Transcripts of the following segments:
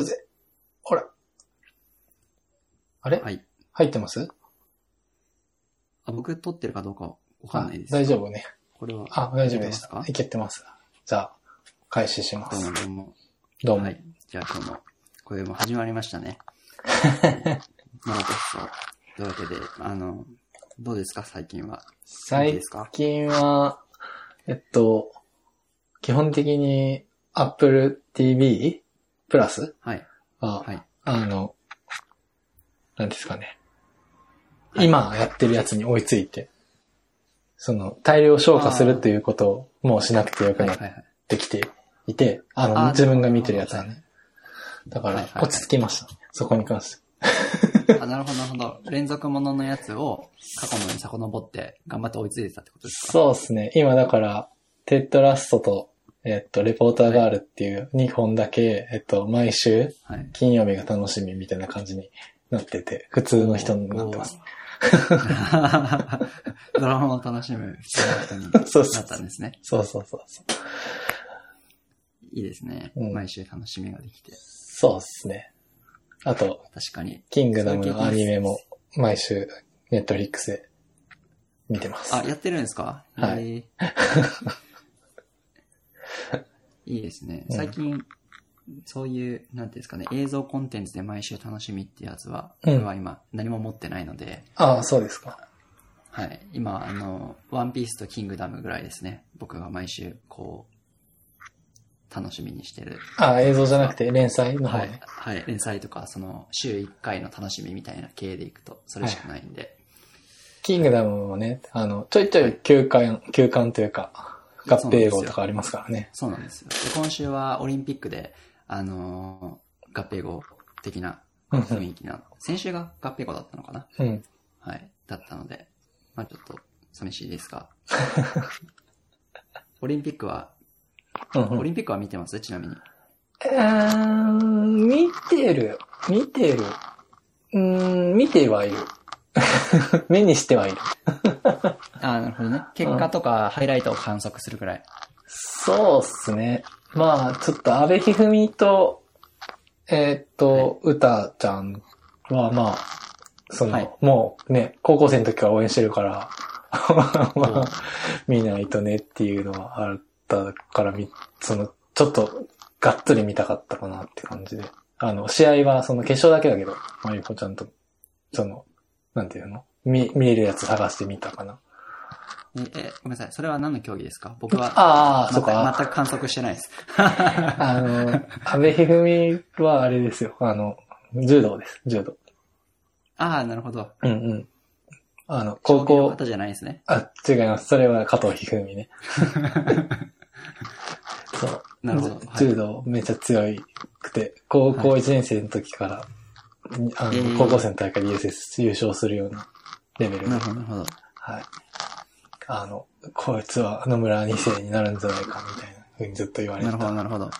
るぜ。ほら。あれはい。入ってますあ、僕撮ってるかどうかわかんないです。大丈夫ね。これは。あ、大丈夫でし撮たっ。いけてます。じゃあ、開始しまてますす。かどうもどどううも。も。はい。じゃあ今日も、これも始まりました ね。えー村田さん。というわけで、あの、どうですか最近は。元気最ですか近は、えっと、基本的に Apple TV プラスはい。は、はい。あの、なんですかね。はい今やってるやつに追いついて、その、大量消化するということをもうしなくてよくはいなっはいはい。てきていて、あの、あー自分が見てるやつはね。だかはいらはい、はい落ち着きましたね。そこに関して。あ、なるほど、なるほど。連続もののやつを過去のに遡って頑張って追いついてたってことですかそうですね。今だから、テッドラストと、えっと、レポーターガールっていう2本だけ、えっと、毎週はい。金曜日が楽しみみたいな感じになってて、普通の人になってます。おー。 ドラマを楽しむ普通の人 にそうそなうったんですね。そうそうそうそう。いいですね。うん毎週楽しみができて。そうですね。あと、確かに。キングダムのアニメも毎週ネットフリックスで見てます。あ、やってるんですか。はい いいですね。うん最近、そういう、なんていうんですかね、映像コンテンツで毎週楽しみってやつは、うん僕は今、何も持ってないので、ああ、そうですか。はい。今、あの、ワンピースとキングダムぐらいですね。僕が毎週、こう、楽しみにしてる。ああ、映像じゃなくて連載の方はいね。。はい。連載とか、その、週1回の楽しみみたいな系でいくと、それしかないんで。キングダムもね、あの、ちょいちょい休館、休館というか、合併号とかありますからね。そうなんですよ。で今週はオリンピックで、あのー合併後的なうん雰囲気な、先週が合併後だったのかなうん。はい。だったので、まあちょっと寂しいです が。オリンピックは、うんうオん。リンピックは見てますちなみに。うーん、見てる。見てる。うーん、見てはいる。 目にしてはいる。ああ、なるほどね。結果とかハイライトを観測するくらい。そうっすね。まあ、ちょっと、安部一二三と、えーっと、うたちゃんは、まあ、その、はいもうね、高校生の時から応援してるから、まおあ、 見ないとねっていうのはあったから、みその、ちょっと、がっつり見たかったかなって感じで。あの、試合は、その、決勝だけだけど、まあゆこちゃんと、その、なんていうの見、見えるやつ探してみたかな。え、えごめんなさい。それは何の競技ですか僕は、ああ、そ全うくか。全く観測してないです。 あの、安倍一二三はあれですよ。あの、柔道です、柔道。ああ、なるほど。うんうん。あの、高競技の校、方じゃないですね。あ、違います。それは加藤一二三 ね。そう。なるほどはい柔道めっちゃ強いくて、高校1年生の時から、あえーの、高校生の大会で優勝す優勝するようなレベル。なるほど、なるほど。はい。あの、こいつは野村二世になるんじゃないかみたいな風にずっと言われなるほど、たなるほど。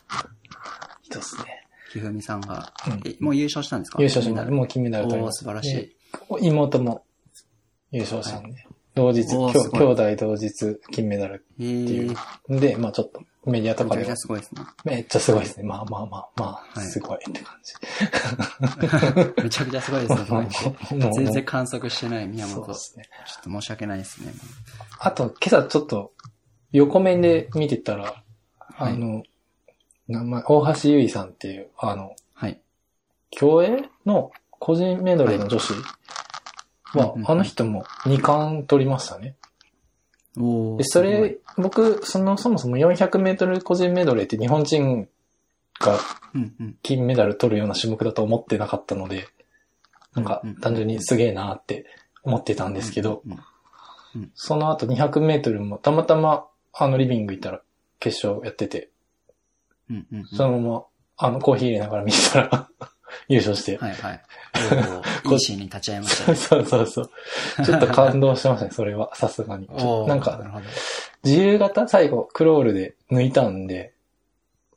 人ですね。ひふみさんが、うんえもう優勝したんですか優勝しまし金メダた。ルもう金メダル取りおまーした素晴らしい。妹も優勝したんで、同日、おーきょすうご兄い弟同日金メダルえっていー、うめ。で、まあちょっとメディアとちかゃでめちはゃすごいですね。めっちゃすごいですね。まあまあまあまあ、はいすごいって感じ。、めちゃくちゃすごいですねこの人 もう全然観測してない宮そう本。でちすね。ょっと申し訳ないですね。あと、今朝ちょっと横面で見てたら、はあいの、名前、大橋結衣さんっていう、あの、はい。競泳の個人メドレーの女子は、はいあの人も2冠取りましたね。おーで、そすごいれ、僕、その、そもそも400メートル個人メドレーって日本人がうんうん。金メダル取るような種目だと思ってなかったので、なんかうんうん、単純にすげえなって思ってたんですけど、うんうんその後200メートルもたまたま、あの、リビング行ったら決勝やってて、うんうんうん。そのまま、あの、コーヒー入れながら見てたら、 優勝して。はいはい。おーいいシーンに立ち会いまし たそうね。そうそうそう。ちょっと感動しましたね、それは。さすがに。ちょお ーなんなるか、ほど。自由形最後、クロールで抜いたんで、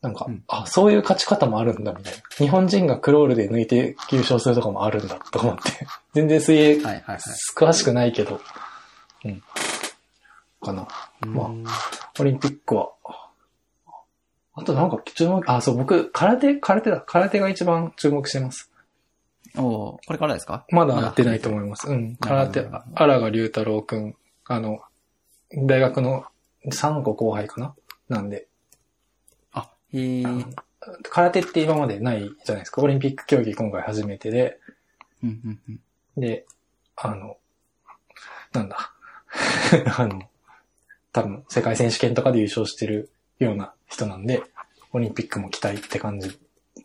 なんか、うんあ、そういう勝ち方もあるんだ、みたいな。日本人がクロールで抜いて優勝するとかもあるんだ、と思って。 全然水泳、はいはいはい。詳しくないけど。うん。かな。まあうんオリンピックは、あとなんか注目、あ、そう、僕、空手、空手だ。空手が一番注目してます。おーこれからですかまだ会ってないと思います。うん。空手、荒賀龍太郎くん、あの、大学の3個後輩かななんで、あ、へえ。あの空手って今までないじゃないですか。オリンピック競技今回初めてで、うんうんうん。で、あの、なんだ。あの、多分世界選手権とかで優勝してるような人なんで、オリンピックも期待って感じ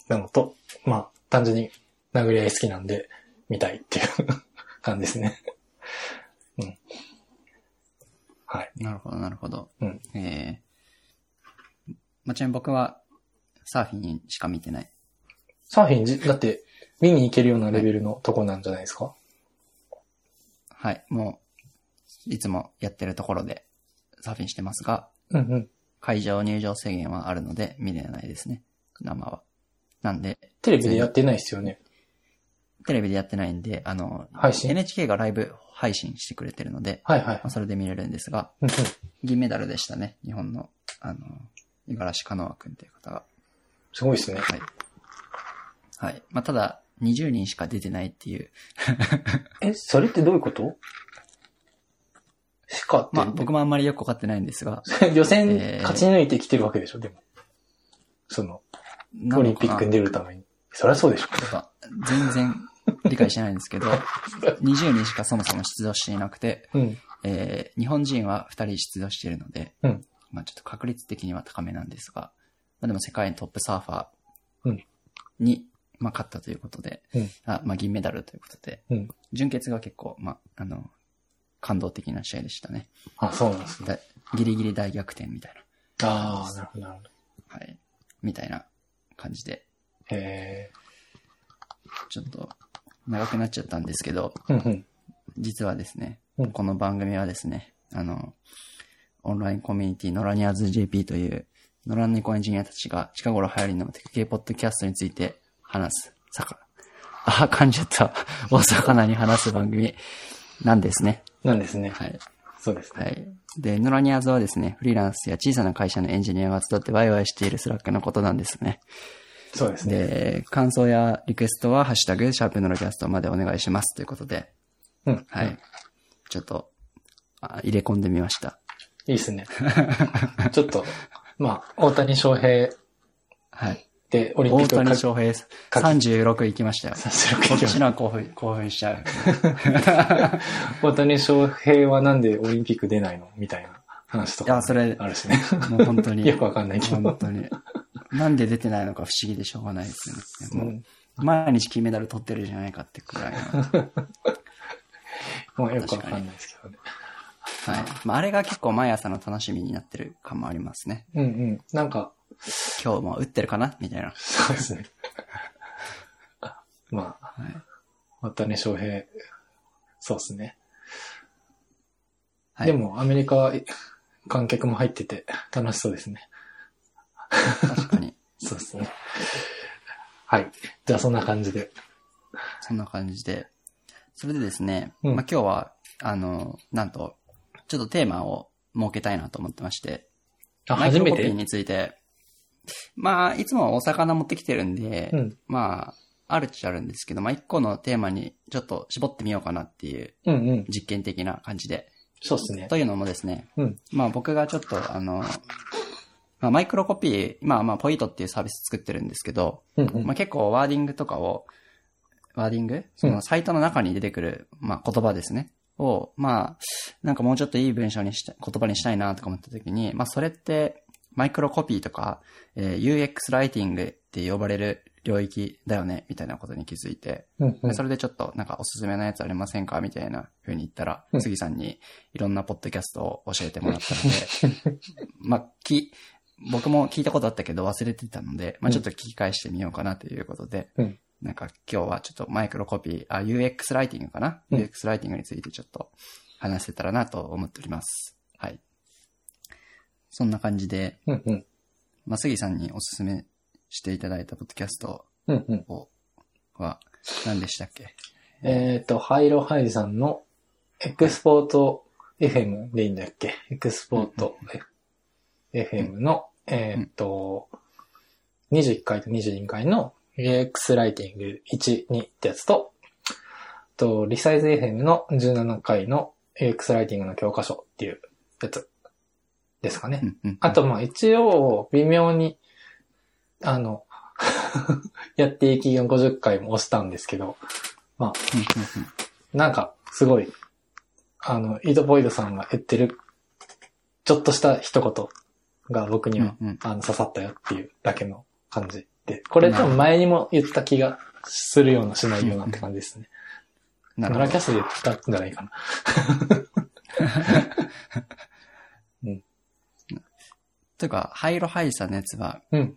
なのと、まあ、単純に殴り合い好きなんで、見たいっていう感じですね。うん。はい。なるほど、なるほど。うんえーまあ、ちなみに僕は、サーフィンしか見てない。サーフィンじ、だって、見に行けるようなレベルのとこなんじゃないですか、はい、もう、いつもやってるところで、サーフィンしてますが、うんうん。会場入場制限はあるので、見れないですね。生は。なんで、テレビでやってないですよね。テレビでやってないんで、あの、配信 NHK がライブ配信してくれてるので、はい はいまあ、。それで見れるんですが、うんうん銀メダルでしたね。日本の、あの、五十嵐カノア君という方が。すごいですね。はい。はい。まあ、ただ、20人しか出てないっていう。え、それってどういうことしかって、まあ、僕もあんまりよくわかってないんですが。 予選えー勝ち抜いてきてるわけでしょ、でも。その、なオのリンピックにか出るために。そりゃそうでしょ。ななんか全然理解してないんですけ ど、20人しかそもそも出場していなくて、うん。えー日本人は2人出場しているので、うんまあちょっと確率的には高めなんですが、まあ、でも世界のトップサーファうーんに、まあ、勝ったということで、うんあまあ、銀メダルということで、うん準決が結構、まあ、あの、感動的な試合でしたね。あ、そうなんですね。だギリギリ大逆転みたいな、ああ、なるほど、なるほど。はい、みたいな感じで、へえ。ちょっと長くなっちゃったんですけど、うんうん。実はですね、うんこの番組はですね、あの、オンラインコミュニティ、ノラニアーズ JP という、ノランネコエンジニアたちが近頃流行りのテク系ポッドキャストについて話す、さか、 あ、噛んじゃった。お魚に話す番組なんですね。なんですね。はい。そうですね。はい。で、ノラニアーズはですね、フリーランスや小さな会社のエンジニアが集ってワイワイしているスラックのことなんですね。そうですね。で、感想やリクエストは、ハッシュタグ、シャープノラキャストまでお願いしますということで、うん。はい。。ちょっと、あ入れ込んでみました。いいですね。ちょっと、まあ、大谷翔平はい。でオリンピ大ックを谷勝ち翔平、36行きましたよ。させるこっけちのは興奮、興奮しちゃう。 ど、大谷翔平はなんでオリンピック出ないのみたいな話といや、かそれ、あるしね。もう本当 に。よくわかんないけど本当に。なんで出てないのか不思議でしょうがないですよね。うもうん毎日金メダル取ってるじゃないかってくらいの。はい。まあ、よくわかんないですけどね。まあ、あれが結構毎朝の楽しみになってる感もありますね。うんうん。なんか、今日も打ってるかなみたいな。そうですね。 まあ、はい。大谷翔平、そうですね。はいでも、アメリカ、観客も入ってて、楽しそうですね。確かに。そうですね。はい。じゃあ、そんな感じで。そんな感じで。それでですね、うんまあ今日は、あの、なんと、ちょっとテーマを設けたいなと思ってまして、あ、マイク初ロめコピーてについて、まあ、いつもはお魚持ってきてるんで、うん。まあ、あるっちゃあるんですけど、まあ一個のテーマにちょっと絞ってみようかなっていううんうん。実験的な感じで。そうですね。というのもですね、うんまあ僕がちょっと、あの、まあ、マイクロコピー、まあまあ、ポイントっていうサービス作ってるんですけど、うんうんまあ、結構ワーディングとかを、ワーディングそのサイトの中に出てくる、まあ、言葉ですね。を、まあ、なんかもうちょっといい文章にした、言葉にしたいなとか思った時に、まあ、それって、マイクロコピーとか、えー UX ライティングって呼ばれる領域だよね、みたいなことに気づいて、うんうんでそれでちょっとなんかおすすめのやつありませんかみたいな風に言ったら、うん杉さんにいろんなポッドキャストを教えてもらったの で、まあ、き、僕も聞いたことあったけど忘れてたので、まあ、ちょっと聞き返してみようかなということで、うんなんか今日はちょっとマイクロコピー、あ、UX ライティングかな、うん ?UX ライティングについてちょっと話せたらなと思っております。はい。そんな感じで、うんうん。まあ、杉さんにおすすめしていただいたポッドキャストうんうん。を、は、何でしたっけえっと、ハイロハイジさんの、エクスポート FM でいいんだっけエクスポート FM の、えっと、 21回と22回の AX ライティング1、2ってやつと、と、リサイズ FM の17回の AX ライティングの教科書っていうやつですかね。うんうんあと、まあ一応、微妙に、あの、 やっていき50回も押したんですけど、うんうんなんか、すごい、あの、イートボイドさんが言ってる、ちょっとした一言が僕には、うんうんあの、刺さったよっていうだけの感じで、これ多分前にも言った気がするようなしないようなって感じですね。なる野良ほどキャスで言ったんじゃない かな。というか、ハイロハイサのやつは、うん。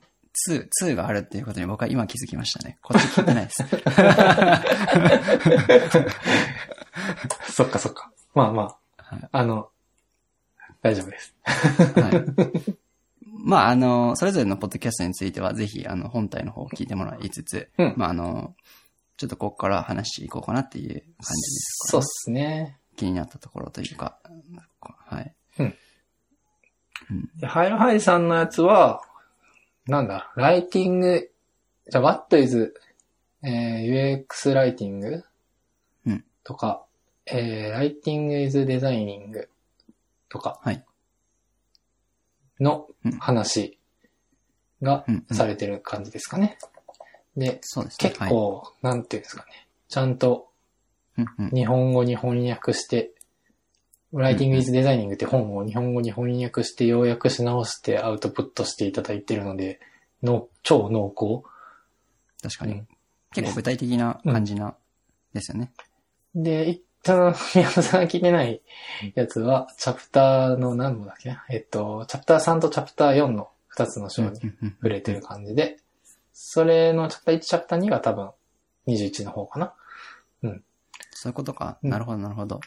2、2があるっていうことに僕は今気づきましたね。こっち聞いてないです。そっかそっか。まあまはいあ、あの、大丈夫です。はい。まあ、あの、それぞれのポッドキャストについては、ぜひ、あの、本体の方を聞いてもらいつつ、うんまあ、あの、ちょっとここから話していこうかなっていう感じですかそうっすね。気になったところというか、はい。でハイロハイさんのやつは、なんだ、ライティング、じゃあ、What is、えー UX ライティングうんとか、えー、ライティング is デザイニングとかはい。のうん話がうん、うんされてる感じですかね。で、そうですね。結構、なんていうんですかね。ちゃんとはい、うんうん日本語に翻訳して、ライティングイズデザイニングって本を日本語に翻訳して、要約し直してアウトプットしていただいているので、の超濃厚。確かに、うん結構具体的な感じな、ですよね。で、一旦、宮本さんが聞いてないやつは、チャプターの何部だっけなえっと、チャプター3とチャプター4の2つの章にうんうん触れてる感じで、それのチャプター1、チャプター2が多分21の方かな。そういうことか。うんなるほど、なるほど。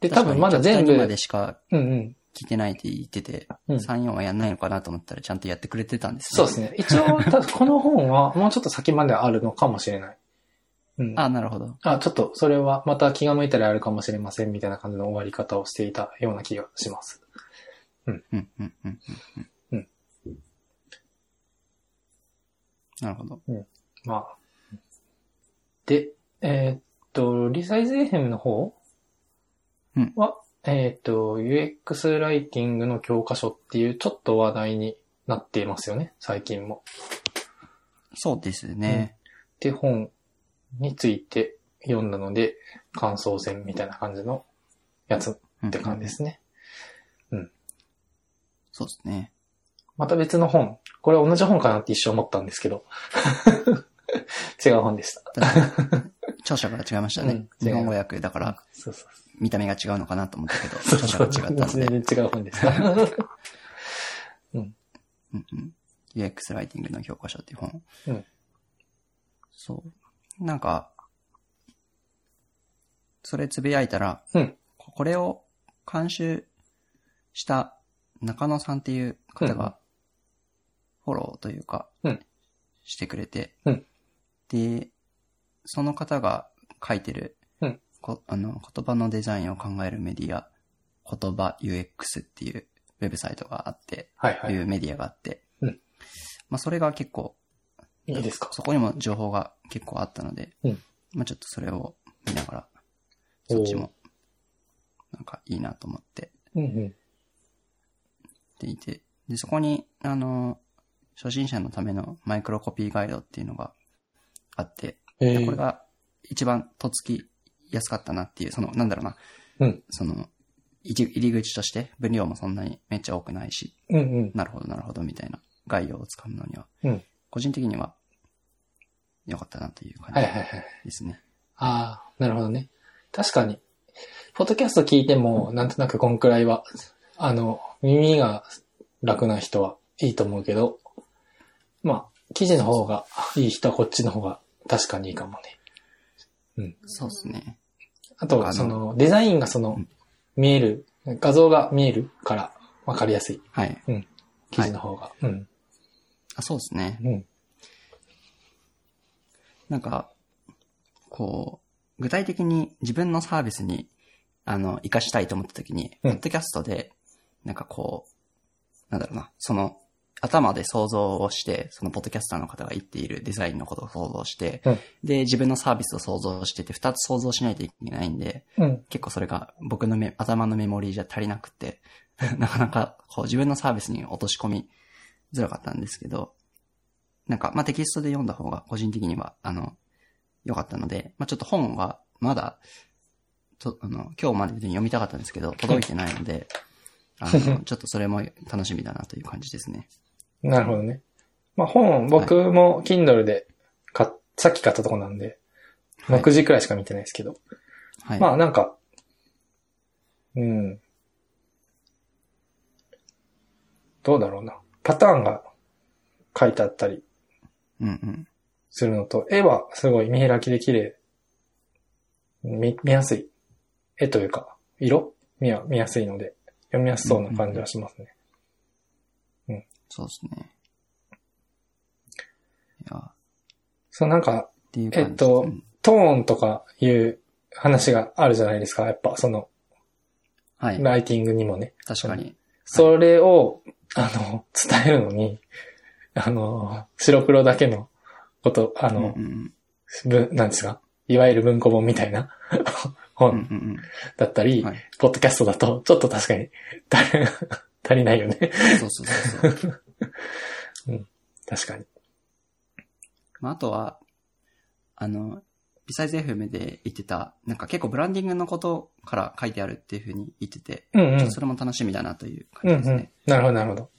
で、多分まだ全部、確かにチャプターにまでしかうんうん。聞いてないって言ってて、うん3、4はやんないのかなと思ったらちゃんとやってくれてたんですね。そうですね。一 応、たこの本はもうちょっと先まであるのかもしれない。うん。あ、なるほど。あ、ちょっと、それはまた気が向いたらやるかもしれませんみたいな感じの終わり方をしていたような気がします。うん、うん、うん、うん。うんなるほど。まあ。で、えーっと、リサイズ FM の方うんは、えーっと、UX ライティングの教科書っていうちょっと話題になっていますよね、最近も。そうですね。って本について読んだので、感想戦みたいな感じのやつうんって感じですね。そうですね。また別の本。これ同じ本かなって一瞬思ったんですけど。 違う本でした。 著者から違いましたね。うん日本語訳だからそうそう見た目が違うのかなと思ったけど、 そう。著者が違ったので、全然違う本で した。うんうん、UX ライティングの教科書っていう本。うんそう。なんか、それつぶやいたら、うんここれを監修した中野さんっていう方が、フォローというか、うんしてくれて、うんで、その方が書いてる、うんこあの言葉のデザインを考えるメディア、言葉 UX っていうウェブサイトがあって、はいはいい。うメディアがあって、うんまあそれが結構、いいですかそこにも情報が結構あったので、うんまあちょっとそれを見ながら、そっちも、なんかいいなと思ってうんうん。っていて、で、そこに、あの、初心者のためのマイクロコピーガイドっていうのがあって、えこー、れが一番とっつきやすかったなっていう、その、なんだろうな、うんその、入り入り口として分量もそんなにめっちゃ多くないし、うんうん。なるほど、なるほど、みたいな概要をつかむのには、うん個人的には良かったなという感はいじはいはい。ですね。ああ、なるほどね。確かに、ポッドキャスト聞いても、なんとなくこんくらいは、あの、耳が楽な人はいいと思うけど、まあ、記事の方がいい人はこっちの方が確かにいいかもね。そうですね。あなんかと、あのその、デザインがそのうん、見える、画像が見えるから、わかりやすい。はい。記事の方が。うん。あ、そうですね。うん。なんか、こう、具体的に自分のサービスに、あの、活かしたいと思った時に、うんポッドキャストで、なんかこう、なんだろうな、その、頭で想像をして、そのポッドキャスターの方が言っているデザインのことを想像して、うんで、自分のサービスを想像してて、二つ想像しないといけないんで、うん。結構それが僕のめ頭のメモリーじゃ足りなくて、 なかなかこう自分のサービスに落とし込みづらかったんですけど、なんか、まあ、テキストで読んだ方が個人的には、あの、良かったので、まあ、ちょっと本はまだ、と、あの、今日までに読みたかったんですけど、届いてない ので、あの、ちょっとそれも楽しみだなという感じですね。なるほどね。まあ本、僕も Kindle で買っ、さっき買ったとこなんで、はい6時くらいしか見てないですけど。はい。まあなんか、うん。どうだろうな。パターンが書いてあったりうんうん。するのと、絵はすごい見開きで綺麗。見、見やすい。絵というか、色見や、見やすいので、読みやすそうな感じはしますね。そうですね。いや、っそうなんか、ていう感じ。えっとうんトーンとかいう話があるじゃないですか。やっぱ、その、はい。ライティングにもね。確かに。それを、あの、伝えるのに、あの、白黒だけのこと、ああのう、んうんぶなんですかいわゆる文庫本みたいなうん本うんだったうり、ん。はい。ポッドキャストだと、ちょっと確かに足り、 足りないよね。そうそうそうそう。確かに。まあ、あとは、あの、ビサイズ FM で言ってた、なんか結構ブランディングのことから書いてあるっていうふうに言ってて、うんうん。それも楽しみだなといううんう感じですんね。。なるほど、なるほど。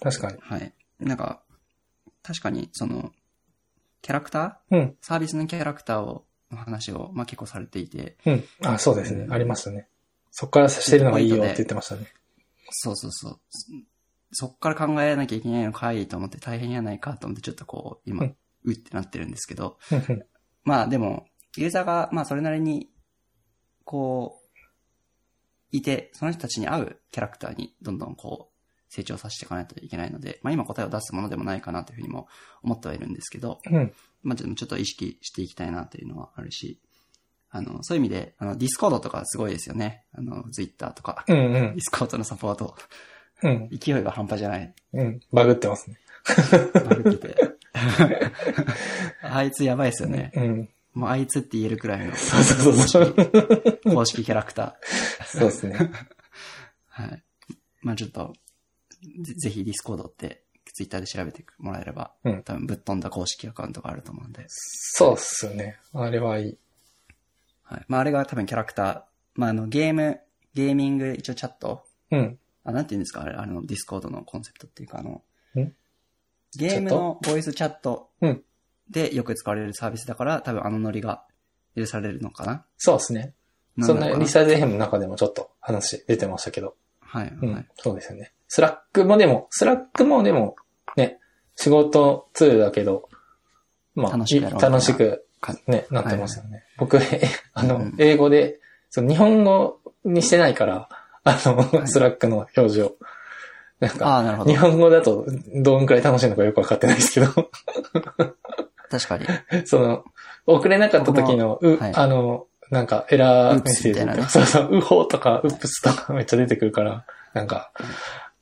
確かに。はい。なんか、確かに、その、キャラクターうん。サービスのキャラクターを、の話を、まあ、結構されていて、うん。あ、そうですね。うんありましたね。そこからしてるのがいいよっポイントてで言ってましたね。そうそうそう。そっから考えなきゃいけないのかいと思って大変やないかと思ってちょっとこう、今、ううんってなってるんですけど、うんうんまあでも、ユーザーが、まあそれなりに、こう、いて、その人たちに合うキャラクターにどんどんこう、成長させていかないといけないので、まあ今答えを出すものでもないかなというふうにも思ってはいるんですけど、うん。まあでもちょっと意識していきたいなというのはあるし、あの、そういう意味で、あの、ディスコードとかすごいですよね。あの、ツイッターとか、 うんうデんィ。スコードのサポート、うん。勢いが半端じゃない。うん。バグってますね。バグってて あいつやばいですよね。うん。もうあいつって言えるくらいの。そうそうそうそう。 公式キャラクタそうですね。ー。はい。まあちょっと、ぜぜひディスコードって、ツイッターで調べてもらえれば、うん多分ぶっ飛んだ公式アカウントがあると思うんで。そうっすね。あれはいい。はい。まああれが多分キャラクター、まああのゲーム、ゲーミング一応チャット、うん。あ、なんて言うんですかあれ、あのディスコードのコンセプトっていうかあのん、ゲームのボイスチャットうんでよく使われるサービスだから、多分あのノリが許されるのかなそうですね。なそんだなろうリサーチ FM の中でもちょっと話出てましたけど。はい、はい。うん。そうですよね。スラックもでも、スラックもでも、ね、仕事ツールだけど、まあ、楽しくやろう楽しくかね、なってますよね。僕、えあうのん、英語で、その日本語にしてないから、あの、いスラックの表示を。なんか、ああ、なるほど日。本語だとどんくらい楽しいのかよくわかってないですけど。確かに。 その、送れなかった時の、う、はいあの、なんかエラーメッセージうっすみたいなね そうそう、うほーとか、うっぷすとかめっちゃ出てくるから、なんか、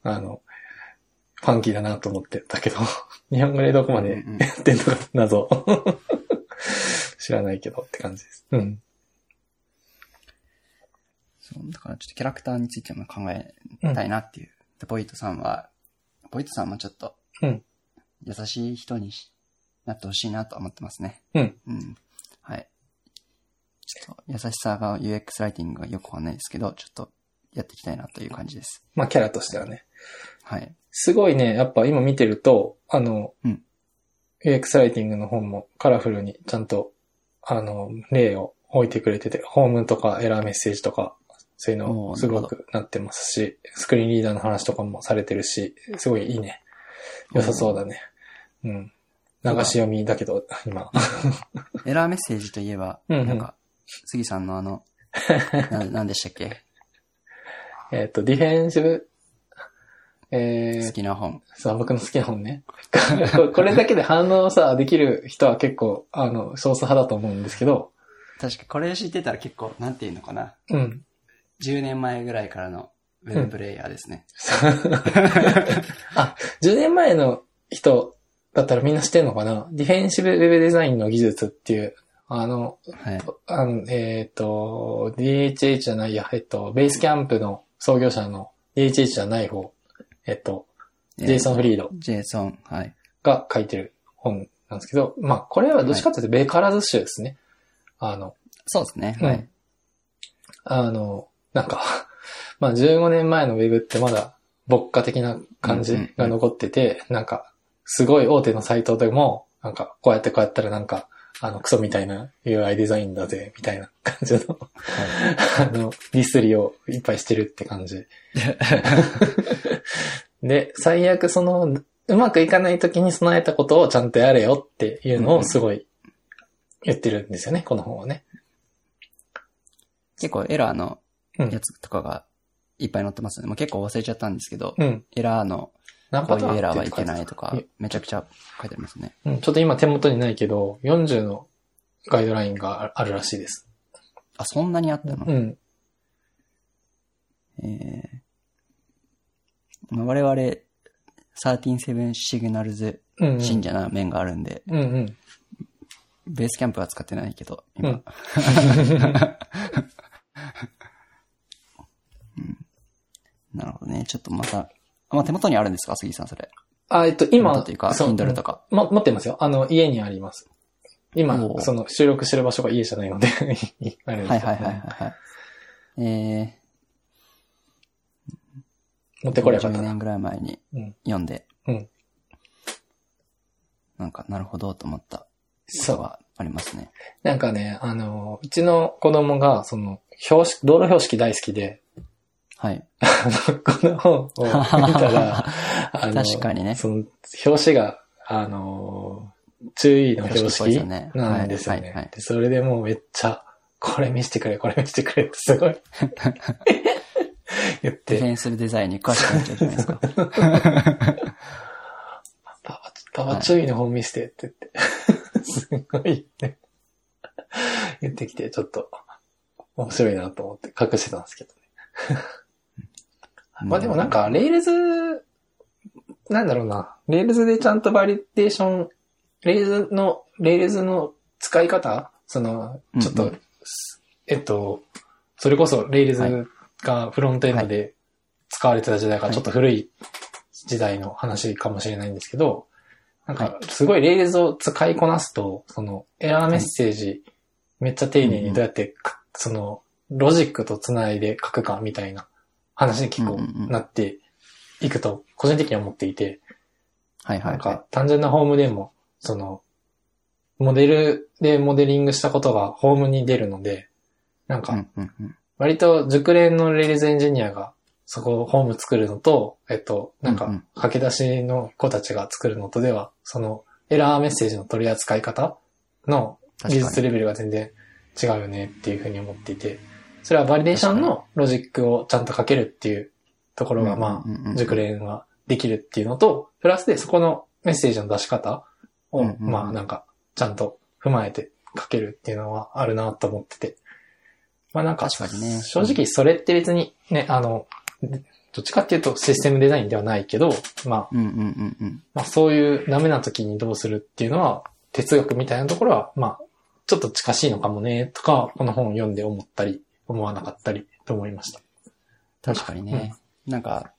あの、ファンキーだなと思ってたけど、 日本語でどこまでうんうんやってんのか謎。 知らないけどって感じです。うん。そう、だからちょっとキャラクターについても考えたいなっていう。で、ポイトさんは、ポイトさんもちょっと、うん優しい人にしなってほしいなと思ってますね。うん。うん。はい。ちょっと、優しさが UX ライティングがよくわかんないですけど、ちょっとやっていきたいなという感じです。まあキャラとしてはね。はい。すごいね、やっぱ今見てると、あの、うん、 UX ライティングの本もカラフルにちゃんと、あの、例を置いてくれてて、ホームとかエラーメッセージとか、そういうおのーすごくなってますし、スクリーンリーダーの話とかもされてるし、すごいいいね。良さそうだね。うん。流し読みだけど、今。エラーメッセージといえば、うんうんなんか、杉さんのあの、 ななんでしたっけえっと、ディフェンシブ、えー好、きな本。そう、僕の好きな本ね。 これこれだけで反応さ、できる人は結構、あの、少数派だと思うんですけど、 確かこれ知ってたら結構、なんていうのかな。うん。 10年前ぐらいからのウェブプレイヤーですね。あ、10年前の人だったらみんな知ってんのかなディフェンシブウェブデザインの技術っていう、あの、はい。あのえっ、と、DHH じゃないや、えっと、ベースキャンプの創業者の DHH じゃない方、えっと、ジェイソン・フリードジェイソン、はい。が書いてる本なんですけど、まあ、これはどっちかというと、ベーカラーズ州ですね。あの、そうですね。うんはい。あの、なんか、 まあ15年前のウェブってまだ牧歌的な感じが残ってて、なんか、すごい大手のサイトでも、なんか、こうやってこうやったらなんか、あの、クソみたいな UI デザインだぜ、みたいな 感じの、あの、ディスリをいっぱいしてるって感 じ。で、最悪その、うまくいかない時に備えたことをちゃんとやれよっていうのをすごい言ってるんですよね、この本はね。結構エラーのうんやつとかがいっぱい載ってますね。もう結構忘れちゃったんですけど、うん。エラーの、何パこういターンうエラーっはてい書けてなあいったとか、めちゃくちゃ書いてありますね。うん、ちょっと今手元にないけど、40のガイドラインがあるらしいです。あ、そんなにあったの、うん。えーまあ我々、137シグナルズうん、うん。信者な面があるんで、うんうん。ベースキャンプは使ってないけど、今。うんうんなるほどね。ちょっとまた、まあ、手元にあるんですか杉さん、それ。あ、えっと、手元今、というか、そう Kindle とか。ま、持ってますよ。あの、家にあります。今お、ーその、収録してる場所が家じゃないの で、あれですはいはいはいはいはい。え持っー、てこればよか10ったな。年ぐらい前にうん読んで、うんなんか、なるほどと思ったこそとう。はありますね。なんかね、あの、うちの子供が、その、標識、道路標識大好きで、 はい。あのこの本を見た ら、あの確かにねその、表紙が、あの、注意の標識ねなんですよはいはいはねい。でそれでもうめっちゃ、これ見せてくれ、これ見せてくれってす ごい。言っディフて、ェンスデザインに詳しくなっちゃうじゃないですか。パパ、パパ注意の本見せてって言って、 すごい、ね、言ってきて、ちょっと、面白いなと思って隠してたんですけどね。 まあでもなんか、レールズ、なんだろうな。レールズでちゃんとバリデーション、レールズの、レールズの使い方その、ちょっと、うんうすえっと、それこそレールズがフロントエンドで使われてた時代かはらいちょっと古い時代の話かもしれないんですけど、なんはか、すごいレールズを使いこなすと、その、エラーメッセージ、めっちゃ丁寧にどうやってか、その、ロジックとつないで書くかみたいな話に結構うんうんうんなっていくと、個人的には思っていて、はいはいなはんい。か単純なホームでも、その、モデルでモデリングしたことがホームに出るので、なんうかんうんうん。割と熟練のレールズエンジニアがそこをホーム作るのと、えっと、なんうんうかん駆け出しの子たちが作るのとでは、そのエラーメッセージの取り扱い方の技確か術に。レベルが全然違うよねっていうふうに思っていて、それはバリデーションのロジックをちゃんとかけるっていうところが、まうんうんうんうあ、ん熟練はできるっていうのと、プラスでそこのメッセージの出し方を、うんうんうんまあ、なんか、ちゃんと踏まえてかけるっていうのはあるなと思ってて。まあなんか、確かにね正直それって別にね、あの、どっちかっていうとシステムデザインではないけど、まあ、うんうんうんうん。まあそういうダメな時にどうするっていうのは哲学みたいなところは、まあちょっと近しいのかもねとか、この本を読んで思ったり、思わなかったりと思いました。確かにね。 なんか、